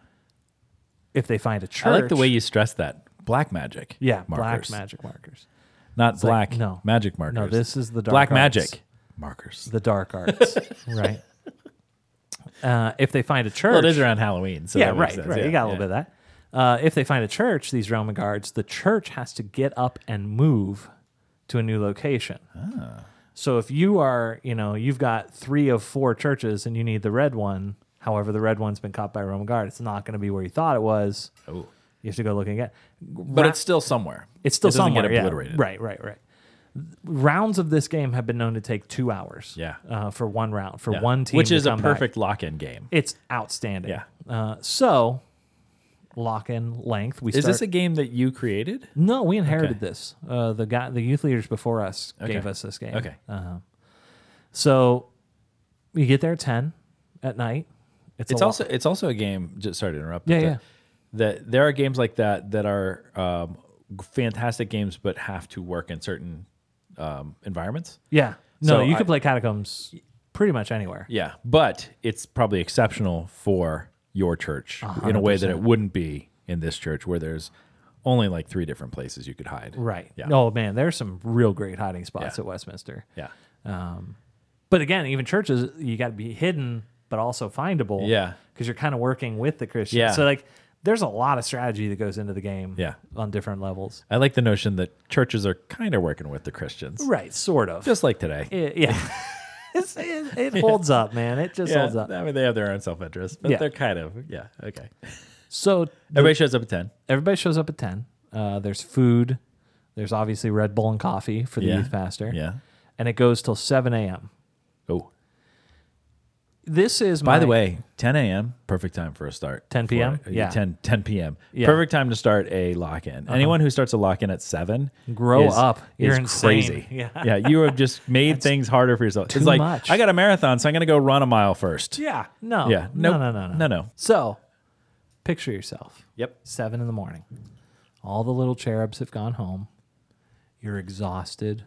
[SPEAKER 2] If they find a church,
[SPEAKER 1] I like the way you stress that. Black magic.
[SPEAKER 2] yeah,
[SPEAKER 1] markers.
[SPEAKER 2] black magic markers.
[SPEAKER 1] Not black
[SPEAKER 2] like, no.
[SPEAKER 1] magic markers.
[SPEAKER 2] No, this is the dark
[SPEAKER 1] black
[SPEAKER 2] arts.
[SPEAKER 1] magic markers.
[SPEAKER 2] the dark arts, right? Uh, if they find a church,
[SPEAKER 1] Well, it is around Halloween. So
[SPEAKER 2] yeah,
[SPEAKER 1] that makes
[SPEAKER 2] right,
[SPEAKER 1] sense.
[SPEAKER 2] right.
[SPEAKER 1] Yeah,
[SPEAKER 2] you got a
[SPEAKER 1] yeah.
[SPEAKER 2] little bit of that. Uh, if they find a church, these Roman guards, the church has to get up and move to a new location.
[SPEAKER 1] Ah.
[SPEAKER 2] So if you are, you know, you've got three of four churches and you need the red one. However, the red one's been caught by a Roman guard. It's not going to be where you thought it was.
[SPEAKER 1] Oh.
[SPEAKER 2] You have to go look again.
[SPEAKER 1] But it's still somewhere.
[SPEAKER 2] It's still
[SPEAKER 1] it doesn't
[SPEAKER 2] somewhere.
[SPEAKER 1] Get
[SPEAKER 2] yeah.
[SPEAKER 1] obliterated.
[SPEAKER 2] Right, right, right. Rounds of this game have been known to take two hours.
[SPEAKER 1] Yeah.
[SPEAKER 2] Uh, for one round, for
[SPEAKER 1] Yeah.
[SPEAKER 2] one team,
[SPEAKER 1] which
[SPEAKER 2] to
[SPEAKER 1] is a
[SPEAKER 2] come back.
[SPEAKER 1] perfect lock-in game.
[SPEAKER 2] It's outstanding.
[SPEAKER 1] Yeah.
[SPEAKER 2] Uh, so, lock in length. We
[SPEAKER 1] Is
[SPEAKER 2] start,
[SPEAKER 1] this a game that you created?
[SPEAKER 2] no? We inherited
[SPEAKER 1] Okay.
[SPEAKER 2] this. Uh, the guy, the youth leaders before us
[SPEAKER 1] Okay.
[SPEAKER 2] gave us this game.
[SPEAKER 1] Okay.
[SPEAKER 2] Uh-huh. So, you get there at ten at night. It's,
[SPEAKER 1] It's
[SPEAKER 2] a lo-
[SPEAKER 1] also it's also a game. Just sorry to interrupt.
[SPEAKER 2] Yeah,
[SPEAKER 1] but
[SPEAKER 2] yeah.
[SPEAKER 1] That, that there are games like that that are um, fantastic games, but have to work in certain um, environments.
[SPEAKER 2] yeah. No,
[SPEAKER 1] So
[SPEAKER 2] you
[SPEAKER 1] I-
[SPEAKER 2] could play Catacombs pretty much anywhere.
[SPEAKER 1] Yeah, but it's probably exceptional for your church in a way that it wouldn't be in this church, where there's only like three different places you could hide.
[SPEAKER 2] Right.
[SPEAKER 1] Yeah.
[SPEAKER 2] Oh man, there's some real great hiding spots
[SPEAKER 1] Yeah.
[SPEAKER 2] at Westminster.
[SPEAKER 1] Yeah.
[SPEAKER 2] But again, even churches, you got to be hidden, but also findable.
[SPEAKER 1] Yeah.
[SPEAKER 2] Because you're kind of working with the Christians.
[SPEAKER 1] Yeah.
[SPEAKER 2] So like, there's a lot of strategy that goes into the game.
[SPEAKER 1] Yeah.
[SPEAKER 2] On different levels.
[SPEAKER 1] I like the notion that churches are kind of working with the Christians,
[SPEAKER 2] Right. Sort of.
[SPEAKER 1] just like today.
[SPEAKER 2] It- yeah. It's, it, it holds up, man. It just holds up.
[SPEAKER 1] I mean, they have their own self interest, but
[SPEAKER 2] Yeah.
[SPEAKER 1] they're kind of, yeah, okay.
[SPEAKER 2] So
[SPEAKER 1] Everybody shows up at 10.
[SPEAKER 2] everybody shows up at ten. Uh, there's food. There's obviously Red Bull and coffee for the
[SPEAKER 1] Yeah.
[SPEAKER 2] youth pastor.
[SPEAKER 1] Yeah.
[SPEAKER 2] And it goes till seven a.m.
[SPEAKER 1] Oh,
[SPEAKER 2] This is
[SPEAKER 1] by
[SPEAKER 2] my,
[SPEAKER 1] the way, 10 a.m., perfect time for a start.
[SPEAKER 2] 10 p.m.?
[SPEAKER 1] For-
[SPEAKER 2] Yeah.
[SPEAKER 1] 10, 10 p.m.
[SPEAKER 2] Yeah. Uh-huh.
[SPEAKER 1] Perfect time to start a lock in. Anyone who starts a lock in at 7
[SPEAKER 2] Grow
[SPEAKER 1] is-
[SPEAKER 2] up. You're
[SPEAKER 1] is
[SPEAKER 2] insane.
[SPEAKER 1] crazy.
[SPEAKER 2] Yeah.
[SPEAKER 1] yeah. You have just made things harder for yourself.
[SPEAKER 2] too
[SPEAKER 1] it's like,
[SPEAKER 2] much.
[SPEAKER 1] I got a marathon, so I'm going to go run a mile first.
[SPEAKER 2] Yeah. No.
[SPEAKER 1] Yeah.
[SPEAKER 2] No.
[SPEAKER 1] Nope.
[SPEAKER 2] No. No. No.
[SPEAKER 1] No, no.
[SPEAKER 2] So, picture yourself.
[SPEAKER 1] Yep.
[SPEAKER 2] Seven in the morning. All the little cherubs have gone home. You're exhausted.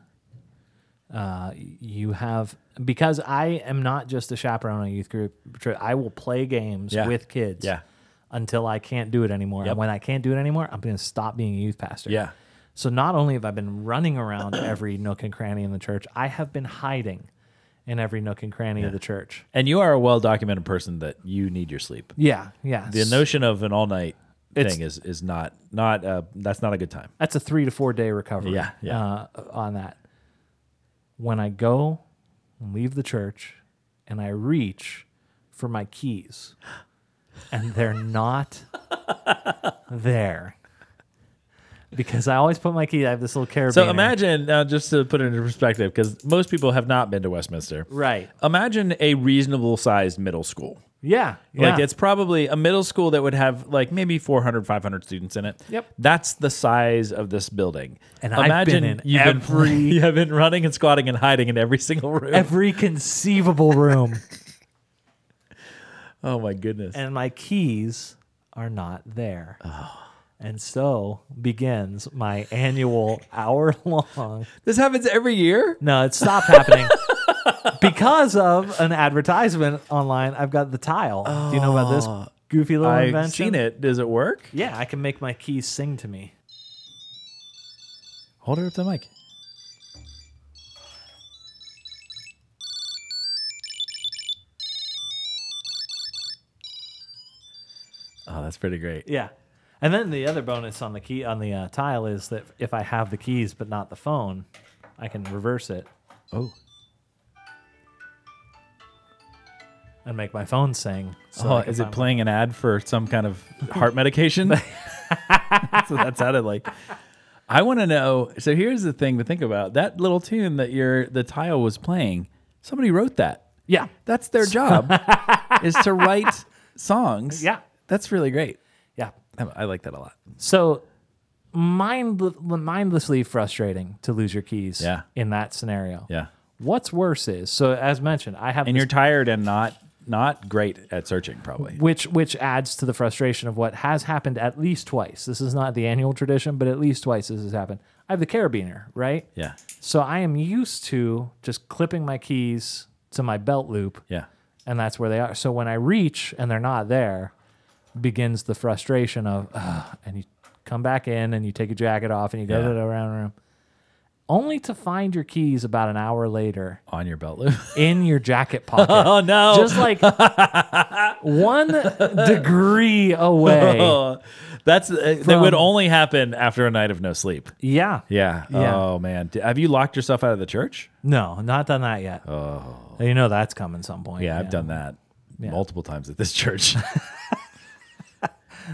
[SPEAKER 2] Uh, you have because I am not just a chaperone on a youth group trip. I will play games
[SPEAKER 1] Yeah.
[SPEAKER 2] with kids
[SPEAKER 1] Yeah.
[SPEAKER 2] until I can't do it anymore.
[SPEAKER 1] Yep.
[SPEAKER 2] And when I can't do it anymore, I'm going to stop being a youth pastor.
[SPEAKER 1] Yeah.
[SPEAKER 2] So not only have I been running around every nook and cranny in the church, I have been hiding in every nook and cranny of the church.
[SPEAKER 1] And you are a well documented person that you need your sleep.
[SPEAKER 2] Yeah, yeah.
[SPEAKER 1] The notion of an all night
[SPEAKER 2] It's-
[SPEAKER 1] thing is, is not, not, uh, that's not a good time.
[SPEAKER 2] that's a three to four day recovery.
[SPEAKER 1] Yeah, yeah.
[SPEAKER 2] Uh, on that, when I go and leave the church, and I reach for my keys, and they're not there because I always put my key. I have this little carabiner.
[SPEAKER 1] So imagine now, just to put it into perspective, because most people have not been to Westminster.
[SPEAKER 2] right?
[SPEAKER 1] Imagine a reasonable sized middle school.
[SPEAKER 2] Yeah, yeah.
[SPEAKER 1] Like it's probably a middle school that would have like maybe 400, 500 students in it.
[SPEAKER 2] Yep.
[SPEAKER 1] That's the size of this building.
[SPEAKER 2] And I've been in
[SPEAKER 1] you've
[SPEAKER 2] every-
[SPEAKER 1] been, you have been running and squatting and hiding in every single room.
[SPEAKER 2] every conceivable room,
[SPEAKER 1] oh my goodness.
[SPEAKER 2] and my keys are not there.
[SPEAKER 1] Oh.
[SPEAKER 2] And so begins my annual hour long
[SPEAKER 1] this happens every year?
[SPEAKER 2] No, it stopped happening. because of an advertisement online, I've got the tile. Do you know about this goofy little
[SPEAKER 1] Oh, I've
[SPEAKER 2] invention?
[SPEAKER 1] seen it. Does it work?
[SPEAKER 2] Yeah, I can make my keys sing to me.
[SPEAKER 1] Hold her up to the mic. Oh, that's pretty great.
[SPEAKER 2] Yeah. And then the other bonus on the key on the uh, tile is that if I have the keys but not the phone, I can reverse it
[SPEAKER 1] Oh,
[SPEAKER 2] and make my phone sing. So
[SPEAKER 1] oh
[SPEAKER 2] I can
[SPEAKER 1] is it
[SPEAKER 2] find-
[SPEAKER 1] playing an ad for some kind of heart medication? that's what that sounded like. I want to know. So here's the thing to think about. That little tune that your the tile was playing, somebody wrote that.
[SPEAKER 2] Yeah.
[SPEAKER 1] That's their job is to write songs.
[SPEAKER 2] Yeah.
[SPEAKER 1] That's really great.
[SPEAKER 2] Yeah.
[SPEAKER 1] I I like that a lot.
[SPEAKER 2] So mind mindlessly frustrating to lose your keys
[SPEAKER 1] Yeah.
[SPEAKER 2] in that scenario.
[SPEAKER 1] Yeah.
[SPEAKER 2] What's worse is so as mentioned, I have
[SPEAKER 1] And
[SPEAKER 2] this
[SPEAKER 1] you're tired and not not great at searching probably.
[SPEAKER 2] which which adds to the frustration of what has happened at least twice. This is not the annual tradition, but at least twice this has happened. I have the carabiner, right?
[SPEAKER 1] Yeah.
[SPEAKER 2] So I am used to just clipping my keys to my belt loop,
[SPEAKER 1] Yeah.
[SPEAKER 2] and that's where they are. So when I reach and they're not there, begins the frustration of, "Ugh," and you come back in and you take your jacket off and you go
[SPEAKER 1] Yeah.
[SPEAKER 2] to the round room, only to find your keys about an hour later
[SPEAKER 1] On your belt loop. Oh,
[SPEAKER 2] in your jacket pocket.
[SPEAKER 1] no.
[SPEAKER 2] Just like one degree away.
[SPEAKER 1] That's uh, that
[SPEAKER 2] From-
[SPEAKER 1] would only happen after a night of no sleep.
[SPEAKER 2] Yeah.
[SPEAKER 1] Yeah.
[SPEAKER 2] Yeah.
[SPEAKER 1] Oh man. D- Have you locked yourself out of the church?
[SPEAKER 2] No, not done that yet. Oh. You know that's coming some point.
[SPEAKER 1] Yeah, I've done that multiple times at this church.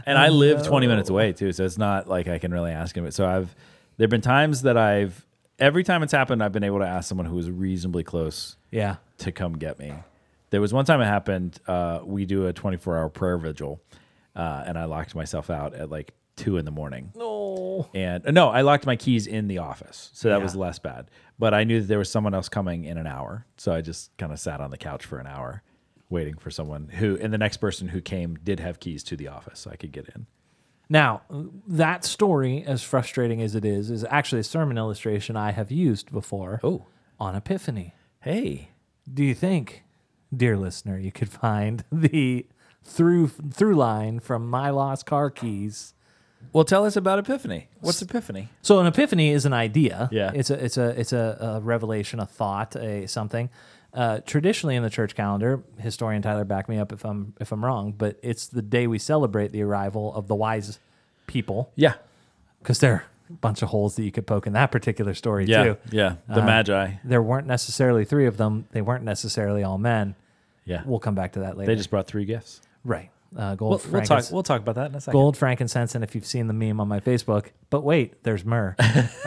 [SPEAKER 1] and I live 20 minutes away too, so it's not like I can really ask him. So I've there've been times that I've every time it's happened, I've been able to ask someone who was reasonably close
[SPEAKER 2] Yeah.
[SPEAKER 1] to come get me. There was one time it happened. Uh, we do a 24 hour prayer vigil, uh, and I locked myself out at like two in the morning.
[SPEAKER 2] No.
[SPEAKER 1] And no, I locked my keys in the office, so that
[SPEAKER 2] Yeah.
[SPEAKER 1] was less bad. But I knew that there was someone else coming in an hour, so I just kind of sat on the couch for an hour, waiting for someone who, and the next person who came did have keys to the office, so I could get in.
[SPEAKER 2] Now, that story, as frustrating as it is, is actually a sermon illustration I have used before
[SPEAKER 1] Oh,
[SPEAKER 2] on Epiphany.
[SPEAKER 1] hey,
[SPEAKER 2] Do you think, dear listener, you could find the through through line from my lost car keys?
[SPEAKER 1] well, tell us about Epiphany. What's Epiphany?
[SPEAKER 2] So an epiphany is an idea.
[SPEAKER 1] Yeah.
[SPEAKER 2] It's a it's a it's a, a revelation, a thought, a something. Uh, traditionally in the church calendar, historian Tyler back me up if I'm if I'm wrong, but it's the day we celebrate the arrival of the wise people
[SPEAKER 1] Yeah,
[SPEAKER 2] because there are a bunch of holes that you could poke in that particular story
[SPEAKER 1] yeah,
[SPEAKER 2] too.
[SPEAKER 1] yeah. The Magi.
[SPEAKER 2] There weren't necessarily three of them. They weren't necessarily all men.
[SPEAKER 1] Yeah,
[SPEAKER 2] We'll come back to that later.
[SPEAKER 1] they just brought three gifts.
[SPEAKER 2] right. Uh,
[SPEAKER 1] We'll,
[SPEAKER 2] gold,
[SPEAKER 1] we'll talk.
[SPEAKER 2] frankincense-
[SPEAKER 1] We'll talk about that in a second.
[SPEAKER 2] gold, frankincense, and if you've seen the meme on my Facebook, but wait, there's myrrh.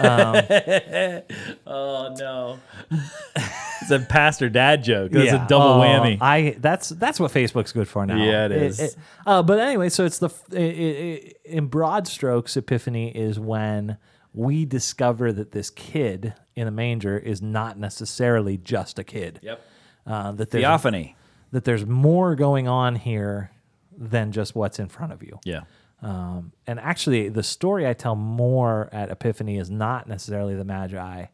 [SPEAKER 1] Oh no! it's a pastor dad joke. That's
[SPEAKER 2] Yeah.
[SPEAKER 1] a double
[SPEAKER 2] Oh,
[SPEAKER 1] whammy.
[SPEAKER 2] I that's that's what Facebook's good for now.
[SPEAKER 1] Yeah, it is.
[SPEAKER 2] uh, but anyway, so it's the f- i- i- i- in broad strokes, Epiphany is when we discover that this kid in a manger is not necessarily just a kid.
[SPEAKER 1] yep.
[SPEAKER 2] Uh, that there's
[SPEAKER 1] Theophany.
[SPEAKER 2] that there's more going on here than just what's in front of you.
[SPEAKER 1] Yeah.
[SPEAKER 2] Um, and actually, the story I tell more at Epiphany is not necessarily the Magi,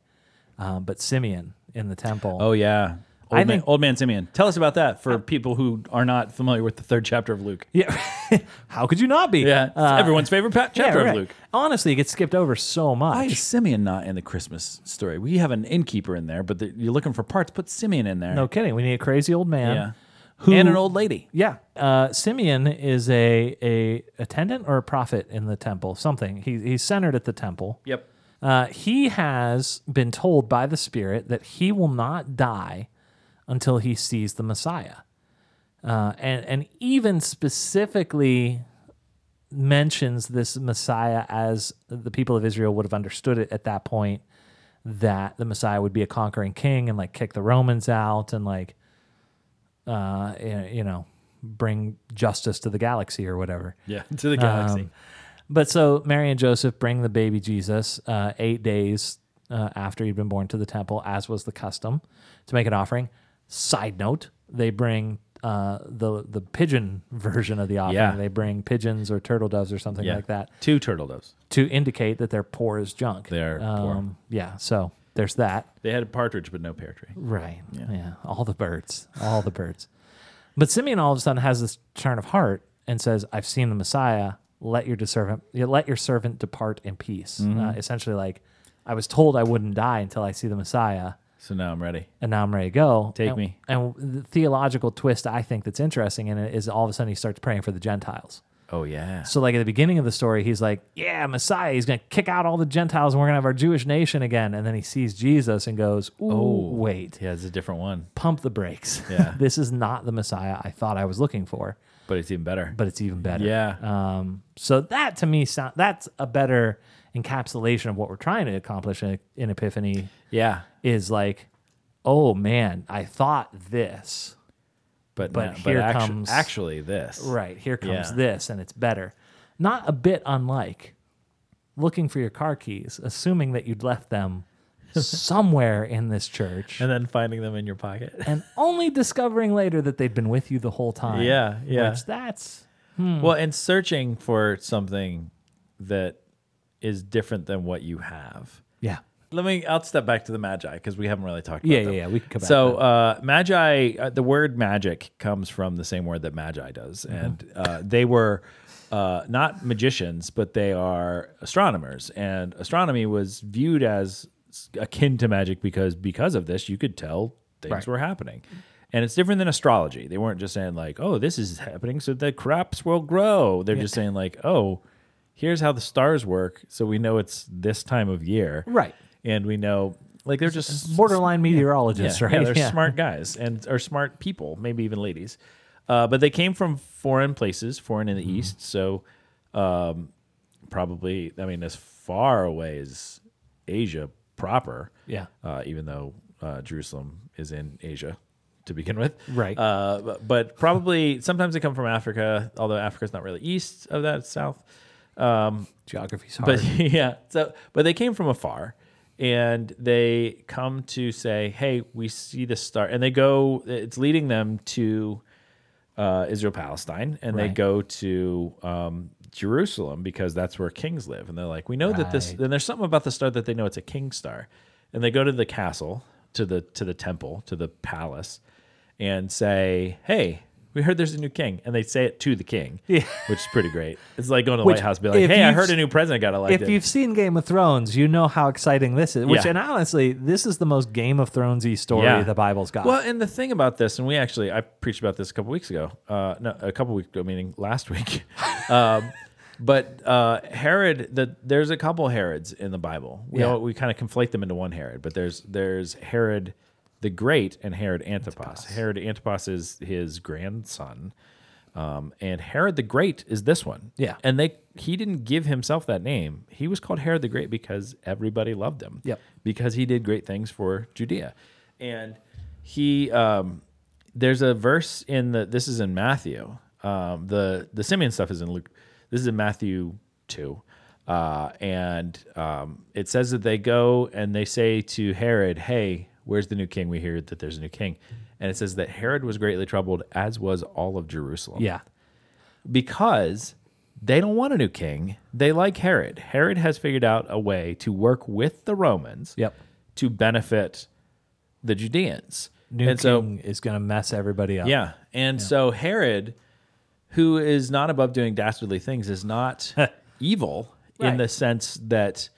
[SPEAKER 2] um, but Simeon in the temple.
[SPEAKER 1] Oh yeah. Old,
[SPEAKER 2] I
[SPEAKER 1] man,
[SPEAKER 2] think-
[SPEAKER 1] old man Simeon. Tell us about that for people who are not familiar with the third chapter of Luke.
[SPEAKER 2] Yeah. How could you not be?
[SPEAKER 1] Yeah, it's
[SPEAKER 2] Uh,
[SPEAKER 1] everyone's favorite pa-
[SPEAKER 2] yeah,
[SPEAKER 1] chapter
[SPEAKER 2] right.
[SPEAKER 1] of Luke.
[SPEAKER 2] Honestly, it gets skipped over so much.
[SPEAKER 1] Why is Simeon not in the Christmas story? We have an innkeeper in there, but the, you're looking for parts. Put Simeon in there.
[SPEAKER 2] No kidding. We need a crazy old man.
[SPEAKER 1] Yeah.
[SPEAKER 2] Who,
[SPEAKER 1] and an old lady.
[SPEAKER 2] Yeah. Uh, Simeon is a, a attendant or a prophet in the temple, something. He, he's centered at the temple.
[SPEAKER 1] Yep.
[SPEAKER 2] Uh, he has been told by the Spirit that he will not die until he sees the Messiah. Uh, and, and even specifically mentions this Messiah as the people of Israel would have understood it at that point that the Messiah would be a conquering king and like kick the Romans out and like, uh, you know, bring justice to the galaxy or whatever.
[SPEAKER 1] Yeah, to the galaxy.
[SPEAKER 2] Um, But so Mary and Joseph bring the baby Jesus uh, eight days uh, after he'd been born to the temple, as was the custom, to make an offering. Side note: they bring uh, the the pigeon version of the offering.
[SPEAKER 1] Yeah.
[SPEAKER 2] They bring pigeons or turtle doves or something
[SPEAKER 1] yeah.
[SPEAKER 2] like that
[SPEAKER 1] Two turtle doves.
[SPEAKER 2] to indicate that they're poor as junk. Um,
[SPEAKER 1] They are poor.
[SPEAKER 2] Yeah. So there's that.
[SPEAKER 1] They had a partridge, but no pear tree.
[SPEAKER 2] Right. Yeah. All the birds. All the birds. But Simeon all of a sudden has this turn of heart and says, "I've seen the Messiah. Let your servant, let your servant depart in peace."
[SPEAKER 1] Mm-hmm.
[SPEAKER 2] Uh, essentially, like I was told I wouldn't die until I see the Messiah,
[SPEAKER 1] So now I'm ready.
[SPEAKER 2] and now I'm ready to go.
[SPEAKER 1] Take
[SPEAKER 2] And-
[SPEAKER 1] me.
[SPEAKER 2] And the theological twist I think that's interesting in it is all of a sudden he starts praying for the Gentiles.
[SPEAKER 1] Oh yeah.
[SPEAKER 2] So like at the beginning of the story, he's like, "Yeah, Messiah, he's gonna kick out all the Gentiles, and we're gonna have our Jewish nation again." And then he sees Jesus and goes, "Ooh,
[SPEAKER 1] Oh.
[SPEAKER 2] wait,
[SPEAKER 1] Yeah, it's a different one,
[SPEAKER 2] pump the brakes.
[SPEAKER 1] Yeah.
[SPEAKER 2] this is not the Messiah I thought I was looking for,
[SPEAKER 1] but it's even better.
[SPEAKER 2] but it's even better.
[SPEAKER 1] yeah.
[SPEAKER 2] Um, so that to me sound that's a better encapsulation of what we're trying to accomplish in, in Epiphany
[SPEAKER 1] yeah.
[SPEAKER 2] is like, oh man, I thought this.
[SPEAKER 1] But
[SPEAKER 2] But
[SPEAKER 1] now-
[SPEAKER 2] here
[SPEAKER 1] actu-
[SPEAKER 2] comes-
[SPEAKER 1] actually this.
[SPEAKER 2] Right, here comes
[SPEAKER 1] Yeah.
[SPEAKER 2] this and it's better. Not a bit unlike looking for your car keys, assuming that you'd left them somewhere in this church.
[SPEAKER 1] And then finding them in your pocket.
[SPEAKER 2] and only discovering later that they'd been with you the whole time.
[SPEAKER 1] Yeah, yeah.
[SPEAKER 2] Which that's
[SPEAKER 1] Well, and searching for something that is different than what you have.
[SPEAKER 2] yeah.
[SPEAKER 1] Let me. I'll step back to the magi because we haven't really talked. about
[SPEAKER 2] Yeah, yeah,
[SPEAKER 1] them.
[SPEAKER 2] yeah, we can come back
[SPEAKER 1] So
[SPEAKER 2] to
[SPEAKER 1] uh, magi, uh, the word magic comes from the same word that magi does,
[SPEAKER 2] Mm-hmm.
[SPEAKER 1] and uh, they were uh, not magicians, but they are astronomers, and astronomy was viewed as s- akin to magic because because of this, you could tell things
[SPEAKER 2] Right.
[SPEAKER 1] were happening. And it's different than astrology. They weren't just saying like, "Oh, this is happening, so the crops will grow." They're just saying like, "Oh, here's how the stars work, so we know it's this time of year."
[SPEAKER 2] Right.
[SPEAKER 1] and we know like they're just
[SPEAKER 2] Borderline meteorologists,
[SPEAKER 1] yeah,
[SPEAKER 2] right?
[SPEAKER 1] they're smart guys and are smart people, maybe even ladies. Uh, but they came from foreign places, foreign in the east, so um, probably I mean as far away as Asia proper.
[SPEAKER 2] Yeah.
[SPEAKER 1] Uh, even though uh, Jerusalem is in Asia to begin with,
[SPEAKER 2] Right.
[SPEAKER 1] Uh, but, but probably sometimes they come from Africa, although Africa's not really east of that; it's south. Um,
[SPEAKER 2] Geography's hard.
[SPEAKER 1] but yeah, so but they came from afar, and they come to say, "Hey, we see the star," and they go. It's leading them to uh, Israel Palestine, and they
[SPEAKER 2] Right.
[SPEAKER 1] go to um, Jerusalem because that's where kings live. And they're like, "We know that this."
[SPEAKER 2] Right.
[SPEAKER 1] And there's something about the star that they know it's a king star, and they go to the castle, to the to the temple, to the palace, and say, "Hey." We heard there's a new king, and they say it to the king, yeah. which is pretty great. It's like going to the
[SPEAKER 2] Which,
[SPEAKER 1] White House, be like,
[SPEAKER 2] if
[SPEAKER 1] "Hey, I
[SPEAKER 2] you've
[SPEAKER 1] heard
[SPEAKER 2] s-
[SPEAKER 1] a new president got elected."
[SPEAKER 2] if you've seen Game of Thrones, you know how exciting this is. Which,
[SPEAKER 1] Yeah.
[SPEAKER 2] and honestly, this is the most Game of Thronesy story
[SPEAKER 1] Yeah.
[SPEAKER 2] the Bible's got.
[SPEAKER 1] Well, and the thing about this, and we actually, I preached about this a couple weeks ago. Uh, no, a couple weeks ago, meaning last week. um, but uh, Herod, the, there's a couple Herods in the Bible. We
[SPEAKER 2] Yeah.
[SPEAKER 1] all, we kind of conflate them into one Herod, but there's there's Herod the Great and Herod Antipas. Herod Antipas is his grandson. Um, and Herod the Great is this one.
[SPEAKER 2] Yeah.
[SPEAKER 1] And they he didn't give himself that name. He was called Herod the Great because everybody loved him
[SPEAKER 2] Yep.
[SPEAKER 1] because he did great things for Judea. And he, um, there's a verse in the, this is in Matthew. Um, the, the Simeon stuff is in Luke. This is in Matthew 2. Uh, and um, it says that they go and they say to Herod, Hey, where's the new king? We hear that there's a new king. And it says that Herod was greatly troubled, as was all of Jerusalem
[SPEAKER 2] yeah,
[SPEAKER 1] because they don't want a new king. They like Herod. Herod has figured out a way to work with the Romans
[SPEAKER 2] Yep.
[SPEAKER 1] to benefit the Judeans.
[SPEAKER 2] New
[SPEAKER 1] and so
[SPEAKER 2] King is going to mess everybody up.
[SPEAKER 1] yeah. And so Herod, who is not above doing dastardly things, is not evil in
[SPEAKER 2] Right.
[SPEAKER 1] the sense that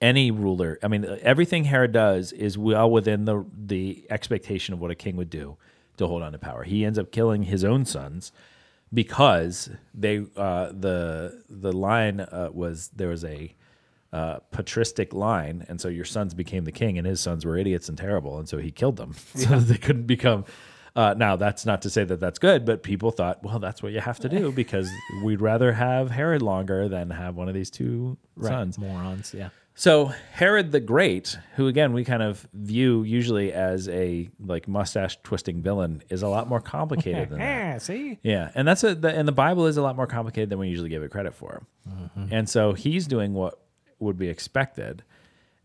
[SPEAKER 1] any ruler, I mean, everything Herod does is well within the, the expectation of what a king would do to hold on to power. He ends up killing his own sons because they uh, the the line uh, was there was a uh, patristic line, and so your sons became the king, and his sons were idiots and terrible, and so he killed them so that they couldn't become. Uh, now that's not to say that that's good, but people thought, well, that's what you have to do because we'd rather have Herod longer than have one of these two sons.
[SPEAKER 2] morons. Yeah,
[SPEAKER 1] So Herod the Great, who again we kind of view usually as a like mustache twisting villain, is a lot more complicated than that.
[SPEAKER 2] yeah. "Ah, See,
[SPEAKER 1] Yeah, and that's a the, and the Bible is a lot more complicated than we usually give it credit for,
[SPEAKER 2] Mm-hmm.
[SPEAKER 1] and so he's doing what would be expected,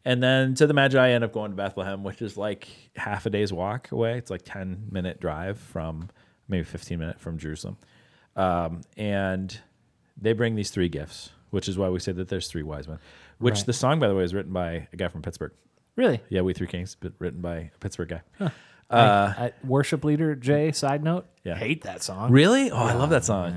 [SPEAKER 1] and then so the Magi end up going to Bethlehem, which is like half a day's walk away. It's like ten minute drive from maybe fifteen minute from Jerusalem, um, and they bring these three gifts, which is why we say that there's three wise men. Which
[SPEAKER 2] Right.
[SPEAKER 1] the song, by the way, is written by a guy from Pittsburgh.
[SPEAKER 2] Really?
[SPEAKER 1] Yeah, We Three Kings, but written by a Pittsburgh guy.
[SPEAKER 2] Uh, worship leader Jay. Side note.
[SPEAKER 1] Yeah.
[SPEAKER 2] Hate that song.
[SPEAKER 1] Really? Oh, I love that song.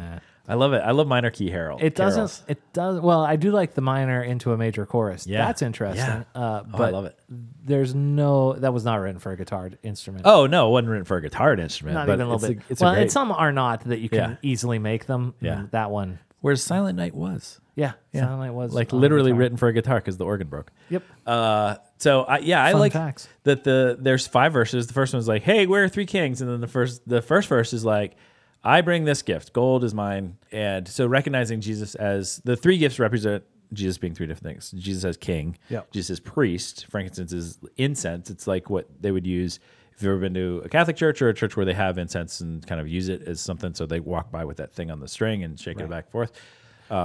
[SPEAKER 1] I love it. I love Minor Key Harold.
[SPEAKER 2] Ah, It doesn't.
[SPEAKER 1] carols.
[SPEAKER 2] It does. Well, I do like the minor into a major chorus.
[SPEAKER 1] Yeah.
[SPEAKER 2] that's interesting.
[SPEAKER 1] Yeah.
[SPEAKER 2] Uh,
[SPEAKER 1] Oh,
[SPEAKER 2] but
[SPEAKER 1] I love it.
[SPEAKER 2] There's no. That was not written for a guitar instrument.
[SPEAKER 1] Oh no, it wasn't written for a guitar instrument.
[SPEAKER 2] not
[SPEAKER 1] but
[SPEAKER 2] even a little
[SPEAKER 1] it's
[SPEAKER 2] bit.
[SPEAKER 1] A, it's
[SPEAKER 2] well,
[SPEAKER 1] a great,
[SPEAKER 2] and some are not that you can
[SPEAKER 1] Yeah.
[SPEAKER 2] easily make them.
[SPEAKER 1] Yeah.
[SPEAKER 2] And that one.
[SPEAKER 1] whereas Silent Night was.
[SPEAKER 2] Yeah,
[SPEAKER 1] Yeah.
[SPEAKER 2] sound like was
[SPEAKER 1] like
[SPEAKER 2] on
[SPEAKER 1] literally
[SPEAKER 2] guitar.
[SPEAKER 1] written for a guitar because the organ broke.
[SPEAKER 2] Yep.
[SPEAKER 1] Uh, so I, yeah, I
[SPEAKER 2] Fun
[SPEAKER 1] like
[SPEAKER 2] facts.
[SPEAKER 1] that the there's five verses. The first one's like, "Hey, we're three kings," and then the first the first verse is like, "I bring this gift. Gold is mine." And so recognizing Jesus as the three gifts represent Jesus being three different things. Jesus as king.
[SPEAKER 2] Yep.
[SPEAKER 1] Jesus as priest. Frankincense is incense. It's like what they would use if you've ever been to a Catholic church or a church where they have incense and kind of use it as something. So they walk by with that thing on the string and shake it back and forth.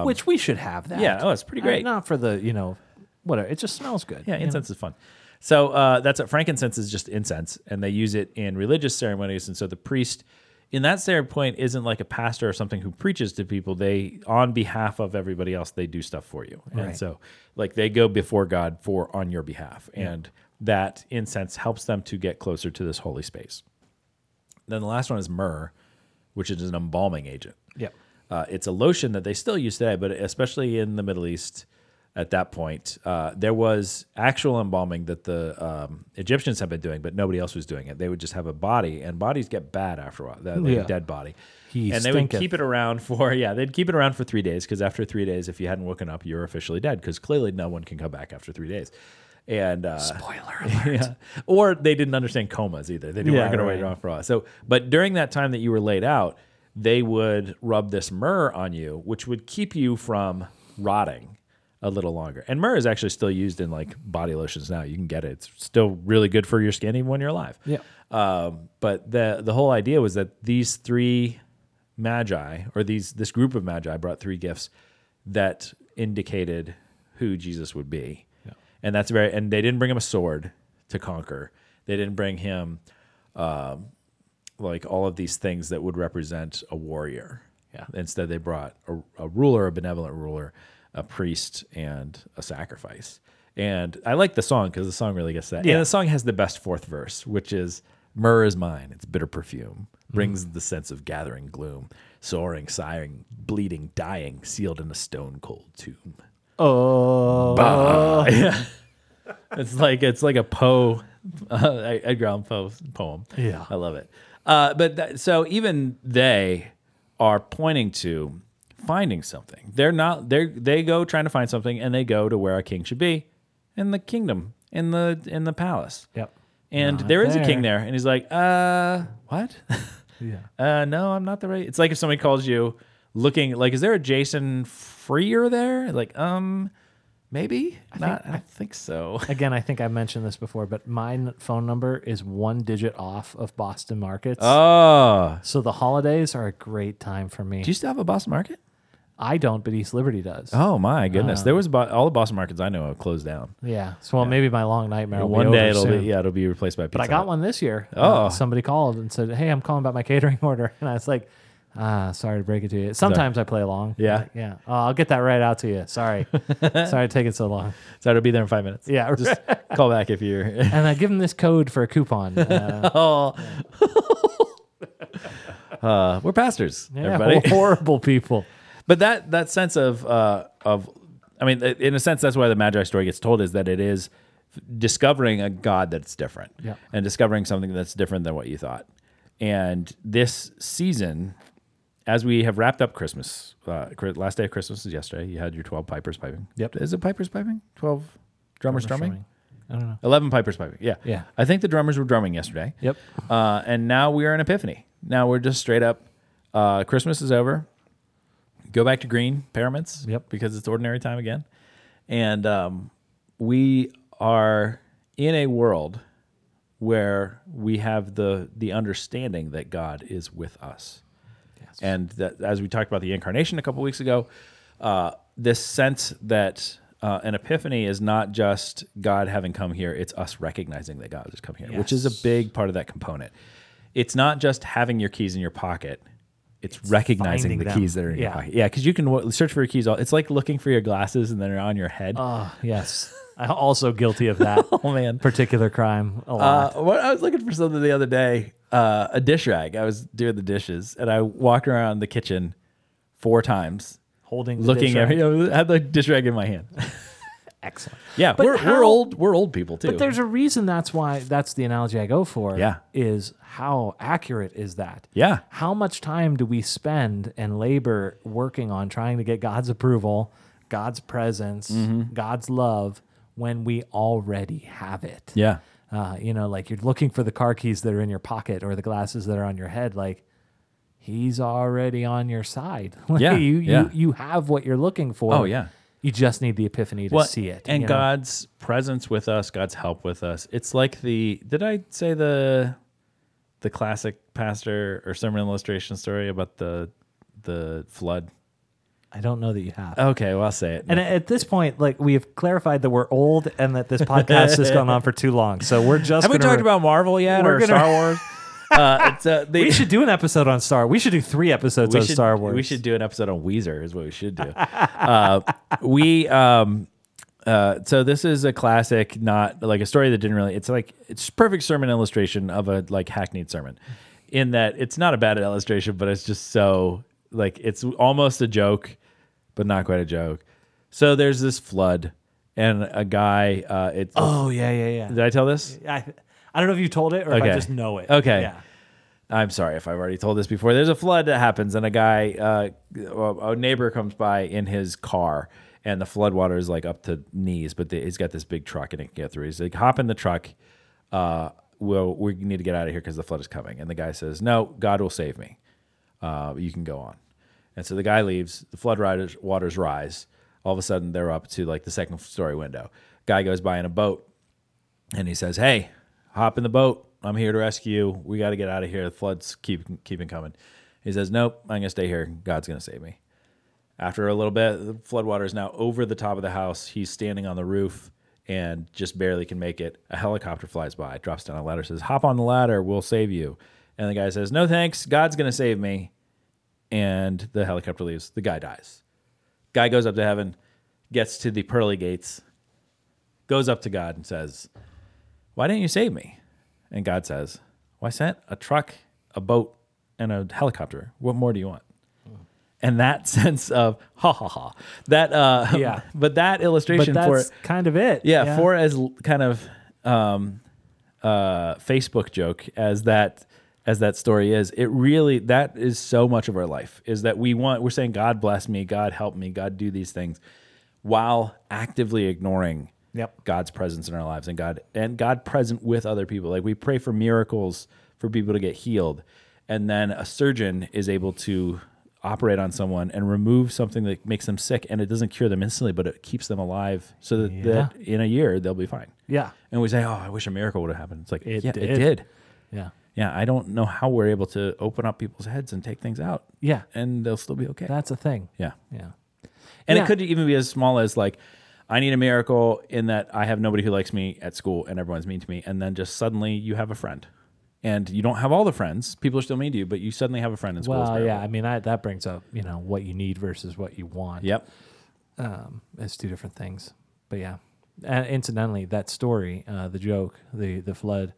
[SPEAKER 2] Which we should have that.
[SPEAKER 1] um, yeah, oh, it's pretty
[SPEAKER 2] Uh,
[SPEAKER 1] great.
[SPEAKER 2] not for the you know, whatever. It just smells good.
[SPEAKER 1] Yeah,
[SPEAKER 2] you know?
[SPEAKER 1] incense is fun. So uh, that's it. Frankincense is just incense, and they use it in religious ceremonies. And so the priest, in that standpoint, isn't like a pastor or something who preaches to people. They, on behalf of everybody else, they do stuff for you. And
[SPEAKER 2] Right.
[SPEAKER 1] so, like, they go before God for on your behalf, and that incense helps them to get closer to this holy space. Then the last one is myrrh, which is an embalming agent.
[SPEAKER 2] Yep.
[SPEAKER 1] Uh, it's a lotion that they still use today, but especially in the Middle East at that point, uh, there was actual embalming that the um, Egyptians had been doing, but nobody else was doing it. They would just have a body, and bodies get bad after a while, that, like
[SPEAKER 2] Yeah.
[SPEAKER 1] a dead body.
[SPEAKER 2] He
[SPEAKER 1] and they would
[SPEAKER 2] stinketh.
[SPEAKER 1] keep it around for, yeah, they'd keep it around for three days because after three days, if you hadn't woken up, you're officially dead because clearly no one can come back after three days. And uh,
[SPEAKER 2] Spoiler alert.
[SPEAKER 1] yeah. Or they didn't understand comas either. They didn't
[SPEAKER 2] Yeah,
[SPEAKER 1] work it
[SPEAKER 2] right.
[SPEAKER 1] away off raw. So, but during that time that you were laid out, they would rub this myrrh on you, which would keep you from rotting a little longer. And myrrh is actually still used in like body lotions now. You can get it. It's still really good for your skin even when you're alive.
[SPEAKER 2] Yeah.
[SPEAKER 1] Um, but the the whole idea was that these three magi or these this group of magi brought three gifts that indicated who Jesus would be. And that's very and they didn't bring him a sword to conquer. They didn't bring him like all of these things that would represent a warrior.
[SPEAKER 2] Yeah.
[SPEAKER 1] Instead, they brought a, a ruler, a benevolent ruler, a priest, and a sacrifice. And I like the song because the song really gets that.
[SPEAKER 2] Yeah.
[SPEAKER 1] And the song has the best fourth verse, which is "Myrrh is mine; its bitter perfume brings the sense of gathering gloom, soaring, sighing, bleeding, dying, sealed in a stone cold tomb."
[SPEAKER 2] Oh.
[SPEAKER 1] yeah. It's like it's like a Poe, uh, Edgar Allan Poe poem.
[SPEAKER 2] Yeah.
[SPEAKER 1] I love it. Uh, but that, so even they are pointing to finding something. They're not. They they go trying to find something, and they go to where a king should be, in the kingdom, in the in the palace.
[SPEAKER 2] Yep.
[SPEAKER 1] And
[SPEAKER 2] Not
[SPEAKER 1] there is a king
[SPEAKER 2] there.
[SPEAKER 1] there, and he's like, uh, what?
[SPEAKER 2] Yeah.
[SPEAKER 1] uh, no, I'm not the right. It's like if somebody calls you looking like, is there a Jason Freer there? Like, um, maybe not. I don't think so.
[SPEAKER 2] Again, I think I mentioned this before, but my n- phone number is one digit off of Boston Markets.
[SPEAKER 1] Oh,
[SPEAKER 2] So the holidays are a great time for me.
[SPEAKER 1] do you still have a Boston Market?
[SPEAKER 2] I don't, but East Liberty does.
[SPEAKER 1] Oh my
[SPEAKER 2] Uh,
[SPEAKER 1] goodness, there was about all the Boston markets I know of closed down.
[SPEAKER 2] Yeah. So well, maybe my long nightmare will
[SPEAKER 1] One
[SPEAKER 2] be
[SPEAKER 1] day
[SPEAKER 2] over
[SPEAKER 1] it'll
[SPEAKER 2] soon.
[SPEAKER 1] be yeah, it'll be replaced by. Pizza
[SPEAKER 2] But I
[SPEAKER 1] Hut.
[SPEAKER 2] got one this year. uh,
[SPEAKER 1] Oh.
[SPEAKER 2] somebody called and said, "Hey, I'm calling about my catering order," and I was like, "Ah, sorry to break it to you." Sometimes I play along.
[SPEAKER 1] Yeah.
[SPEAKER 2] Like, yeah. Oh, I'll get that right out to you. Sorry, sorry to take it so long.
[SPEAKER 1] So it'll be there in five minutes.
[SPEAKER 2] Yeah.
[SPEAKER 1] just call back if you're.
[SPEAKER 2] And I give them this code for a coupon. Uh,
[SPEAKER 1] oh. uh, we're pastors,
[SPEAKER 2] yeah,
[SPEAKER 1] everybody.
[SPEAKER 2] horrible people.
[SPEAKER 1] But that that sense of uh, of, I mean, i- in a sense, that's why the Magi story gets told is that it is discovering a God that's different,
[SPEAKER 2] Yeah.
[SPEAKER 1] and discovering something that's different than what you thought. And this season, as we have wrapped up Christmas, uh, Chri- last day of Christmas is yesterday. You had your twelve pipers piping.
[SPEAKER 2] Yep.
[SPEAKER 1] Is it pipers piping? Twelve drummers, drumming?
[SPEAKER 2] drumming. I don't know.
[SPEAKER 1] Eleven pipers piping. Yeah.
[SPEAKER 2] Yeah.
[SPEAKER 1] I think the drummers were drumming yesterday.
[SPEAKER 2] Yep.
[SPEAKER 1] Uh, and now we are in Epiphany. Now we're just straight up. Uh, Christmas is over. Go back to green pyramids.
[SPEAKER 2] Yep.
[SPEAKER 1] Because it's ordinary time again, and um, we are in a world where we have the the understanding that God is with us, and that as we talked about the incarnation a couple weeks ago, uh, this sense that. Uh, an epiphany is not just God having come here; it's us recognizing that God has come here, which is a
[SPEAKER 2] Yes.
[SPEAKER 1] big part of that component. It's not just having your keys in your pocket; it's, recognizing
[SPEAKER 2] finding
[SPEAKER 1] the
[SPEAKER 2] them.
[SPEAKER 1] keys that are in your
[SPEAKER 2] Yeah.
[SPEAKER 1] pocket. Yeah, because you can w- search for your keys. All it's like looking for your glasses and they're on your head.
[SPEAKER 2] Oh yes. I'm also guilty of that
[SPEAKER 1] Oh man.
[SPEAKER 2] particular crime a
[SPEAKER 1] Uh,
[SPEAKER 2] lot.
[SPEAKER 1] what I was looking for something the other day, uh, a dish rag. I was doing the dishes, and I walked around the kitchen four times,
[SPEAKER 2] Holding, the dish
[SPEAKER 1] looking
[SPEAKER 2] rack.
[SPEAKER 1] at me. I had the dish rag in my hand.
[SPEAKER 2] excellent.
[SPEAKER 1] Yeah,
[SPEAKER 2] But
[SPEAKER 1] we're,
[SPEAKER 2] how-
[SPEAKER 1] we're old. We're old people too.
[SPEAKER 2] But there's a reason that's why that's the analogy I go for.
[SPEAKER 1] Yeah.
[SPEAKER 2] Is how accurate is that?
[SPEAKER 1] Yeah.
[SPEAKER 2] How much time do we spend and labor working on trying to get God's approval, God's presence,
[SPEAKER 1] Mm-hmm.
[SPEAKER 2] God's love when we already have it?
[SPEAKER 1] yeah,
[SPEAKER 2] Uh, you know, like you're looking for the car keys that are in your pocket or the glasses that are on your head. Like, he's already on your side. Like,
[SPEAKER 1] Yeah,
[SPEAKER 2] you,
[SPEAKER 1] yeah.
[SPEAKER 2] you you have what you're looking for.
[SPEAKER 1] Oh, yeah.
[SPEAKER 2] You just need the epiphany to see it.
[SPEAKER 1] And
[SPEAKER 2] you know?
[SPEAKER 1] God's presence with us, God's help with us. It's like the did I say the the classic pastor or sermon illustration story about the the flood?
[SPEAKER 2] I don't know that you have.
[SPEAKER 1] Okay, well I'll say it.
[SPEAKER 2] And at this point, like we have clarified that we're old and that this podcast has gone on for too long. So we're just
[SPEAKER 1] Have we
[SPEAKER 2] gonna-
[SPEAKER 1] talked about Marvel yet
[SPEAKER 2] We're
[SPEAKER 1] or
[SPEAKER 2] gonna-
[SPEAKER 1] Star Wars? uh, it's, uh, the,
[SPEAKER 2] We should do an episode on Star. We should do three episodes on
[SPEAKER 1] should,
[SPEAKER 2] Star Wars.
[SPEAKER 1] We should do an episode on Weezer, is what we should do. uh, we um uh so this is a classic, not like a story that didn't really it's like it's perfect sermon illustration of a like hackneyed sermon. In that it's not a bad illustration, but it's just so like it's almost a joke, but not quite a joke. So there's this flood and a guy uh it's
[SPEAKER 2] Oh yeah, yeah,
[SPEAKER 1] did I tell this?
[SPEAKER 2] yeah. I, I don't know if you told it or if I
[SPEAKER 1] Okay.
[SPEAKER 2] just know it.
[SPEAKER 1] Okay.
[SPEAKER 2] Yeah.
[SPEAKER 1] I'm sorry if I've already told this before. There's a flood that happens, and a guy, uh, a a neighbor comes by in his car, and the flood water is like up to knees, but the, he's got this big truck and it can get through. He's like, hop in the truck. Uh, we'll, we need to get out of here because the flood is coming. And the guy says, no, God will save me. Uh, you can go on. And so the guy leaves, the flood riders, waters rise. All of a sudden, they're up to like the second story window. Guy goes by in a boat, and he says, "Hey, hop in the boat. I'm here to rescue you. We got to get out of here. The floods keep keeping coming." He says, "Nope, I'm gonna stay here. God's gonna save me." After a little bit, the floodwater is now over the top of the house. He's standing on the roof and just barely can make it. A helicopter flies by, drops down a ladder, says, "Hop on the ladder. We'll save you." And the guy says, "No thanks. God's gonna save me." And the helicopter leaves. The guy dies. Guy goes up to heaven, gets to the pearly gates, goes up to God and says, why didn't you save me? And God says, Well, I sent a truck, a boat, and a helicopter. What more do you want? And that sense of ha ha ha. That uh
[SPEAKER 2] Yeah.
[SPEAKER 1] but that
[SPEAKER 2] But
[SPEAKER 1] illustration for
[SPEAKER 2] that's kind of it.
[SPEAKER 1] yeah, for as l- kind of um uh Facebook joke as that as that story is, it really that is so much of our life is that we want we're saying God bless me, God help me, God do these things while actively ignoring
[SPEAKER 2] Yep.
[SPEAKER 1] God's presence in our lives and God and God present with other people. Like we pray for miracles for people to get healed. And then a surgeon is able to operate on someone and remove something that makes them sick and it doesn't cure them instantly, but it keeps them alive so that, that in a year they'll be fine.
[SPEAKER 2] Yeah.
[SPEAKER 1] And we say, Oh, I wish a miracle would have happened. It's like
[SPEAKER 2] It
[SPEAKER 1] yeah,
[SPEAKER 2] did.
[SPEAKER 1] it did.
[SPEAKER 2] Yeah.
[SPEAKER 1] Yeah. I don't know how we're able to open up people's heads and take things out.
[SPEAKER 2] Yeah.
[SPEAKER 1] And they'll still be okay.
[SPEAKER 2] That's a thing.
[SPEAKER 1] yeah.
[SPEAKER 2] Yeah.
[SPEAKER 1] And
[SPEAKER 2] Yeah.
[SPEAKER 1] it could even be as small as like, I need a miracle in that I have nobody who likes me at school and everyone's mean to me. And then just suddenly you have a friend. And you don't have all the friends. People are still mean to you, but you suddenly have a friend in school. is
[SPEAKER 2] Well,
[SPEAKER 1] a
[SPEAKER 2] yeah.
[SPEAKER 1] miracle.
[SPEAKER 2] I mean, I, that brings up you know what you need versus what you want.
[SPEAKER 1] Yep.
[SPEAKER 2] um, it's two different things. But yeah, and incidentally, that story, uh, the joke, the the flood,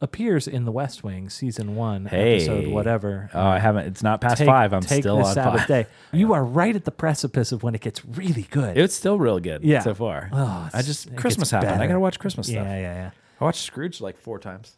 [SPEAKER 2] appears in The West Wing, season one, episode
[SPEAKER 1] Hey.
[SPEAKER 2] whatever.
[SPEAKER 1] Oh, I haven't. It's not past five. I'm
[SPEAKER 2] take
[SPEAKER 1] still
[SPEAKER 2] this
[SPEAKER 1] on
[SPEAKER 2] Sabbath
[SPEAKER 1] five.
[SPEAKER 2] day. You are right at the precipice of when it gets really good.
[SPEAKER 1] It's still real good
[SPEAKER 2] Yeah.
[SPEAKER 1] so far.
[SPEAKER 2] Oh,
[SPEAKER 1] I
[SPEAKER 2] it's-
[SPEAKER 1] just
[SPEAKER 2] it
[SPEAKER 1] Christmas
[SPEAKER 2] gets
[SPEAKER 1] happened. I
[SPEAKER 2] better.
[SPEAKER 1] gotta watch Christmas
[SPEAKER 2] yeah,
[SPEAKER 1] stuff.
[SPEAKER 2] yeah, yeah.
[SPEAKER 1] I watched Scrooge like four times.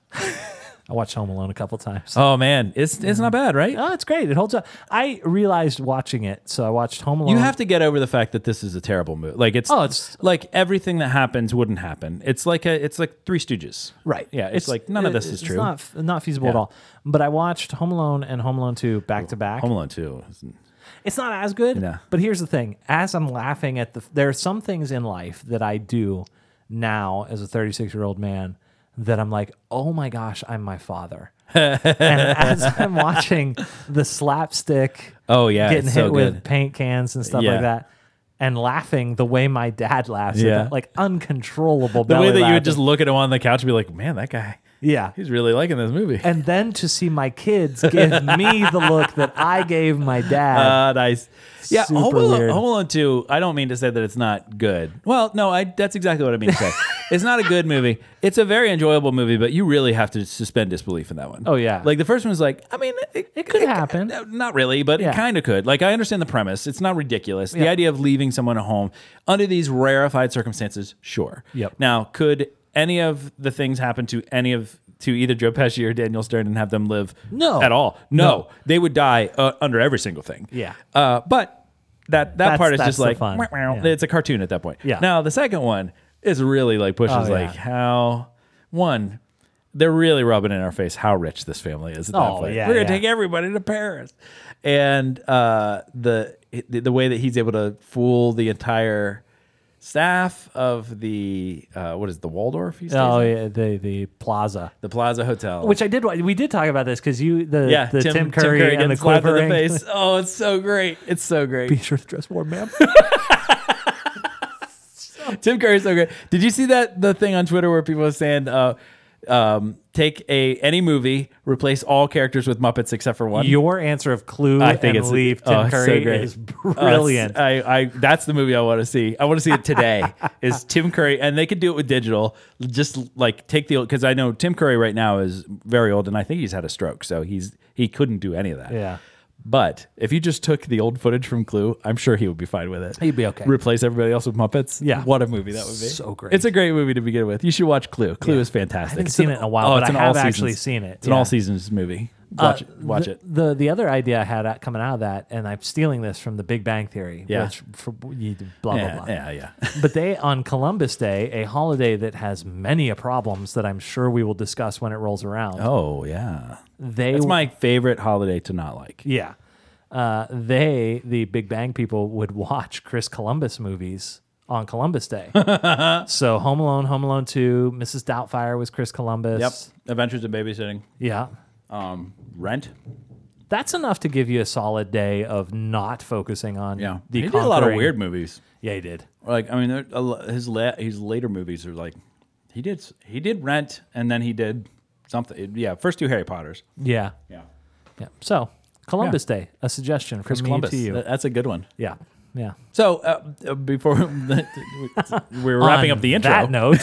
[SPEAKER 2] I watched Home Alone a couple times.
[SPEAKER 1] Oh man, it's it's not bad, right?
[SPEAKER 2] Oh, it's great. It holds up. I realized watching it, so I watched Home Alone.
[SPEAKER 1] You have to get over the fact that this is a terrible movie. Like it's,
[SPEAKER 2] Um, Oh, it's-
[SPEAKER 1] like everything that happens wouldn't happen. It's like a it's like Three Stooges.
[SPEAKER 2] Right.
[SPEAKER 1] Yeah. It's, like none of
[SPEAKER 2] it-
[SPEAKER 1] this is
[SPEAKER 2] it's
[SPEAKER 1] true.
[SPEAKER 2] Not not feasible at
[SPEAKER 1] Yeah.
[SPEAKER 2] all. But I watched Home Alone and Home Alone Two back to back.
[SPEAKER 1] Home Alone Two. isn't-
[SPEAKER 2] It's not as good.
[SPEAKER 1] No.
[SPEAKER 2] But here's the thing: as I'm laughing at the, there are some things in life that I do now as a 36 year old man that I'm like, oh my gosh, I'm my father. and as I'm watching the slapstick,
[SPEAKER 1] Oh yeah.
[SPEAKER 2] getting
[SPEAKER 1] it's
[SPEAKER 2] hit
[SPEAKER 1] so
[SPEAKER 2] with
[SPEAKER 1] good.
[SPEAKER 2] paint cans and stuff
[SPEAKER 1] Yeah.
[SPEAKER 2] like that. And laughing the way my dad laughs, at
[SPEAKER 1] Yeah.
[SPEAKER 2] that, like uncontrollable.
[SPEAKER 1] the way
[SPEAKER 2] belly
[SPEAKER 1] that you
[SPEAKER 2] laughing.
[SPEAKER 1] would just look at him on the couch and be like, man, that guy.
[SPEAKER 2] Yeah.
[SPEAKER 1] He's really liking this movie.
[SPEAKER 2] And then to see my kids give me the look that I gave my dad.
[SPEAKER 1] Uh, nice. Yeah,
[SPEAKER 2] Super
[SPEAKER 1] Home Alone,
[SPEAKER 2] weird.
[SPEAKER 1] Home Alone 2, I don't mean to say that it's not good. Well, no, I, that's exactly what I mean to say. it's not a good movie. It's a very enjoyable movie, but you really have to suspend disbelief in that one.
[SPEAKER 2] Oh, yeah.
[SPEAKER 1] Like the first one's like, I mean, it,
[SPEAKER 2] It could happen.
[SPEAKER 1] uh, Not really, but
[SPEAKER 2] Yeah.
[SPEAKER 1] it kind of could. Like I understand the premise. It's not ridiculous. The
[SPEAKER 2] Yeah.
[SPEAKER 1] idea of leaving someone at home under these rarefied circumstances, sure.
[SPEAKER 2] Yep.
[SPEAKER 1] Now, could any of the things happen to any of to either Joe Pesci or Daniel Stern and have them live
[SPEAKER 2] No.
[SPEAKER 1] at all? No, they would die uh, under every single thing.
[SPEAKER 2] Yeah.
[SPEAKER 1] Uh, but that that
[SPEAKER 2] That's-
[SPEAKER 1] part is
[SPEAKER 2] that's
[SPEAKER 1] just
[SPEAKER 2] the
[SPEAKER 1] like
[SPEAKER 2] fun.
[SPEAKER 1] "Meow, meow."
[SPEAKER 2] Yeah.
[SPEAKER 1] it's a cartoon at that point.
[SPEAKER 2] Yeah.
[SPEAKER 1] Now the second one is really like pushes
[SPEAKER 2] Oh, yeah.
[SPEAKER 1] like how one. They're really rubbing in our face how rich this family is. At that
[SPEAKER 2] Oh,
[SPEAKER 1] point.
[SPEAKER 2] yeah,
[SPEAKER 1] We're gonna
[SPEAKER 2] yeah.
[SPEAKER 1] take everybody to Paris, and uh, the the way that he's able to fool the entire staff of the uh, what is it, the Waldorf? He stays
[SPEAKER 2] oh,
[SPEAKER 1] at?
[SPEAKER 2] yeah. The, the plaza.
[SPEAKER 1] the Plaza Hotel.
[SPEAKER 2] Which I did. We did talk about this because you, the,
[SPEAKER 1] yeah,
[SPEAKER 2] the Tim, Curry, and the
[SPEAKER 1] getting slapped in
[SPEAKER 2] quivering.
[SPEAKER 1] face. Oh, it's so great! It's so great.
[SPEAKER 2] Be sure to dress warm, ma'am.
[SPEAKER 1] Tim Curry's so good. Did you see that the thing on Twitter where people were saying, uh, um, take a any movie, replace all characters with Muppets except for one.
[SPEAKER 2] Your answer of Clue
[SPEAKER 1] I think
[SPEAKER 2] and
[SPEAKER 1] it's
[SPEAKER 2] Leave Tim
[SPEAKER 1] oh, it's so
[SPEAKER 2] Curry
[SPEAKER 1] great.
[SPEAKER 2] is
[SPEAKER 1] Oh, it's-
[SPEAKER 2] brilliant.
[SPEAKER 1] I, I that's the movie I want to see. I want to see it today. is Tim Curry and they could do it with digital. Just like take the because I know Tim Curry right now is very old and I think he's had a stroke, so he's he couldn't do any of that.
[SPEAKER 2] Yeah.
[SPEAKER 1] But if you just took the old footage from Clue, I'm sure he would be fine with it.
[SPEAKER 2] He'd be okay.
[SPEAKER 1] Replace everybody else with Muppets.
[SPEAKER 2] Yeah.
[SPEAKER 1] What a movie that would be.
[SPEAKER 2] So great.
[SPEAKER 1] It's a great movie to begin with. You should watch Clue. Clue is fantastic.
[SPEAKER 2] haven't
[SPEAKER 1] It's
[SPEAKER 2] seen
[SPEAKER 1] an- oh,
[SPEAKER 2] it in a while, but
[SPEAKER 1] it's
[SPEAKER 2] I
[SPEAKER 1] an
[SPEAKER 2] have
[SPEAKER 1] all-seasons-
[SPEAKER 2] actually seen it.
[SPEAKER 1] It's an
[SPEAKER 2] Yeah. Uh,
[SPEAKER 1] all seasons movie. Watch it. Watch
[SPEAKER 2] the,
[SPEAKER 1] it.
[SPEAKER 2] The the other idea I had uh, coming out of that, and I'm stealing this from the Big Bang Theory.
[SPEAKER 1] Yeah.
[SPEAKER 2] Which for, you, blah blah
[SPEAKER 1] Yeah,
[SPEAKER 2] blah.
[SPEAKER 1] yeah, yeah.
[SPEAKER 2] But they on Columbus Day, a holiday that has many a problems that I'm sure we will discuss when it rolls around.
[SPEAKER 1] Oh yeah.
[SPEAKER 2] they
[SPEAKER 1] It's my favorite holiday to not like.
[SPEAKER 2] yeah. Uh, they the Big Bang people would watch Chris Columbus movies on Columbus Day. so Home Alone, Home Alone Two, Mrs. Doubtfire was Chris Columbus.
[SPEAKER 1] Adventures in Babysitting.
[SPEAKER 2] Yeah.
[SPEAKER 1] Um, Rent.
[SPEAKER 2] That's enough to give you a solid day of not focusing on
[SPEAKER 1] Yeah.
[SPEAKER 2] the
[SPEAKER 1] he did a lot of
[SPEAKER 2] conquering-
[SPEAKER 1] weird movies.
[SPEAKER 2] Yeah, he did.
[SPEAKER 1] Like I mean, there- a lo- his la- his later movies are like he did s- he did Rent and then he did something. Yeah, first two Harry Potters.
[SPEAKER 2] Yeah.
[SPEAKER 1] Yeah.
[SPEAKER 2] Yeah. So Columbus Day, a suggestion from me
[SPEAKER 1] Columbus. Uh,
[SPEAKER 2] to you.
[SPEAKER 1] Th- That's a good one.
[SPEAKER 2] yeah. Yeah.
[SPEAKER 1] So uh, uh, before we- we're wrapping
[SPEAKER 2] On
[SPEAKER 1] up the intro,
[SPEAKER 2] That note.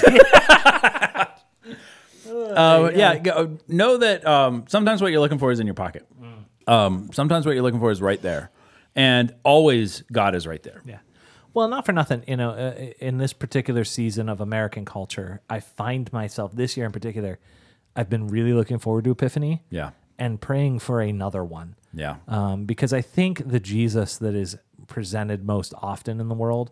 [SPEAKER 1] uh, yeah, go, know that um, sometimes what you're looking for is in your pocket. Um, sometimes what you're looking for is right there, and always God is right there.
[SPEAKER 2] yeah. Well, not for nothing, you know, uh, in this particular season of American culture, I find myself this year in particular, I've been really looking forward to Epiphany.
[SPEAKER 1] Yeah.
[SPEAKER 2] And praying for another one.
[SPEAKER 1] Yeah.
[SPEAKER 2] um, because I think the Jesus that is presented most often in the world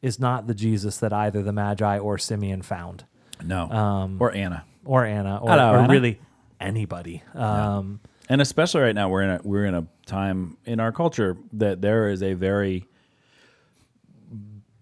[SPEAKER 2] is not the Jesus that either the Magi or Simeon found,
[SPEAKER 1] No.
[SPEAKER 2] um,
[SPEAKER 1] or Anna.
[SPEAKER 2] or Anna, or,
[SPEAKER 1] Hello,
[SPEAKER 2] or
[SPEAKER 1] Anna.
[SPEAKER 2] really anybody. Um,
[SPEAKER 1] and especially right now we're in a we're in a time in our culture that there is a very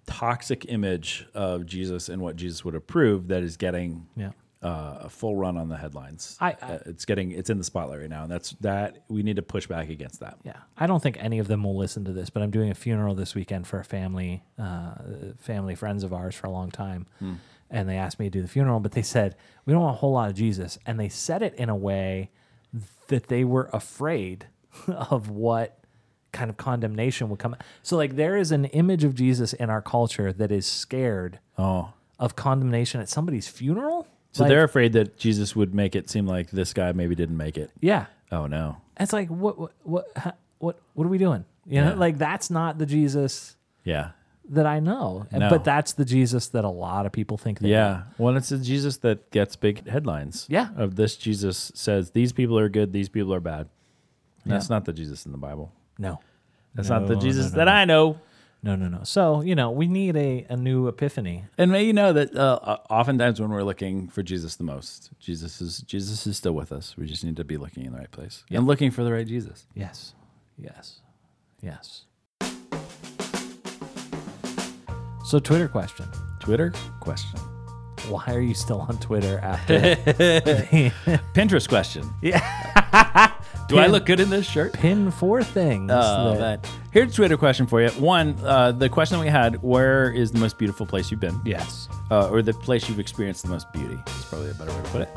[SPEAKER 1] toxic image of Jesus and what Jesus would approve that is getting
[SPEAKER 2] Yeah.
[SPEAKER 1] uh, a full run on the headlines.
[SPEAKER 2] I- I-
[SPEAKER 1] Uh, it's getting it's in the spotlight right now, and that's that we need to push back against that.
[SPEAKER 2] yeah, I don't think any of them will listen to this, but I'm doing a funeral this weekend for a family, uh, family friends of ours for a long time,
[SPEAKER 1] Hmm.
[SPEAKER 2] and they asked me to do the funeral, but they said we don't want a whole lot of Jesus, and they said it in a way that they were afraid of what kind of condemnation would come. So like there is an image of Jesus in our culture that is scared
[SPEAKER 1] Oh,
[SPEAKER 2] of condemnation at somebody's funeral.
[SPEAKER 1] so
[SPEAKER 2] Like,
[SPEAKER 1] they're afraid that Jesus would make it seem like this guy maybe didn't make it.
[SPEAKER 2] yeah.
[SPEAKER 1] Oh no.
[SPEAKER 2] It's like what what what huh, what what are we doing? You know,
[SPEAKER 1] Yeah.
[SPEAKER 2] like that's not the Jesus
[SPEAKER 1] Yeah.
[SPEAKER 2] that I know, And-
[SPEAKER 1] No.
[SPEAKER 2] but that's the Jesus that a lot of people think. They know.
[SPEAKER 1] Yeah. Well, it's the Jesus that gets big headlines.
[SPEAKER 2] Yeah.
[SPEAKER 1] Of this, Jesus says, these people are good, these people are bad. And That's not the Jesus in the Bible.
[SPEAKER 2] no,
[SPEAKER 1] That's not
[SPEAKER 2] No,
[SPEAKER 1] the
[SPEAKER 2] no,
[SPEAKER 1] Jesus
[SPEAKER 2] no,
[SPEAKER 1] that
[SPEAKER 2] no.
[SPEAKER 1] I know.
[SPEAKER 2] no, no, no. So you know, we need a a new epiphany.
[SPEAKER 1] And may you know that uh, uh, oftentimes when we're looking for Jesus the most, Jesus is Jesus is still with us. We just need to be looking in the right place and looking for the right Jesus.
[SPEAKER 2] Yes, yes, yes. So Twitter question:
[SPEAKER 1] Twitter question.
[SPEAKER 2] Why are you still on Twitter after
[SPEAKER 1] Pinterest question. Yeah. Do I
[SPEAKER 2] Pin-
[SPEAKER 1] look good in this shirt?
[SPEAKER 2] pin four things?
[SPEAKER 1] Oh,
[SPEAKER 2] that-
[SPEAKER 1] man. Here's a Twitter question for you. One, uh, the question that we had: Where is the most beautiful place you've been?
[SPEAKER 2] Yes.
[SPEAKER 1] uh, or the place you've experienced the most beauty is probably a better way to put it.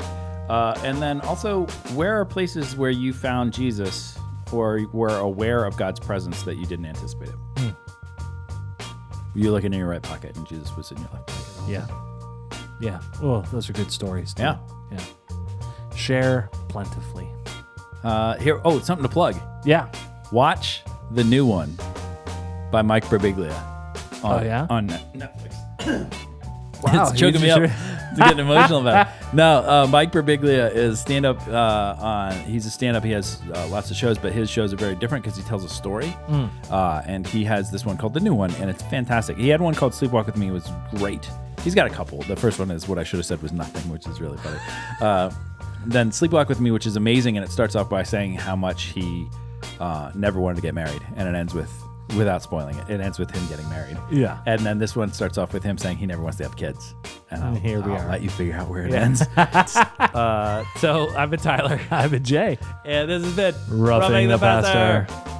[SPEAKER 1] Uh, and then also, where are places where you found Jesus or were aware of God's presence that you didn't anticipate it? You looking in your right pocket, and Jesus was in your left. Pocket.
[SPEAKER 2] Yeah. Yeah. Well, those are good stories. too.
[SPEAKER 1] Yeah.
[SPEAKER 2] Yeah. Share plentifully.
[SPEAKER 1] Uh, here, oh, something to plug.
[SPEAKER 2] Yeah.
[SPEAKER 1] Watch the new one by Mike Birbiglia. On,
[SPEAKER 2] Oh, yeah?
[SPEAKER 1] on Netflix.
[SPEAKER 2] Wow,
[SPEAKER 1] it's choking
[SPEAKER 2] you
[SPEAKER 1] me up.
[SPEAKER 2] sure-
[SPEAKER 1] It's getting emotional about it. No, uh, Mike Birbiglia is stand up. Uh, on he's a stand up. He has uh, lots of shows, but his shows are very different because he tells a story.
[SPEAKER 2] Mm.
[SPEAKER 1] Uh, and he has this one called the new one, and it's fantastic. He had one called Sleepwalk with Me. It was great. He's got a couple. The first one is what I should have said was nothing, which is really funny. Uh, then Sleepwalk with Me, which is amazing, and it starts off by saying how much he uh, never wanted to get married, and it ends with without spoiling it. It ends with him getting married.
[SPEAKER 2] Yeah.
[SPEAKER 1] And then this one starts off with him saying he never wants to have kids. And I'll,
[SPEAKER 2] here we
[SPEAKER 1] I'll
[SPEAKER 2] are. Uh,
[SPEAKER 1] let you figure out where it ends.
[SPEAKER 2] So I've been Tyler. I've been Jay.
[SPEAKER 1] and this has been
[SPEAKER 2] Roughing the
[SPEAKER 1] Pastor.
[SPEAKER 2] Pastor.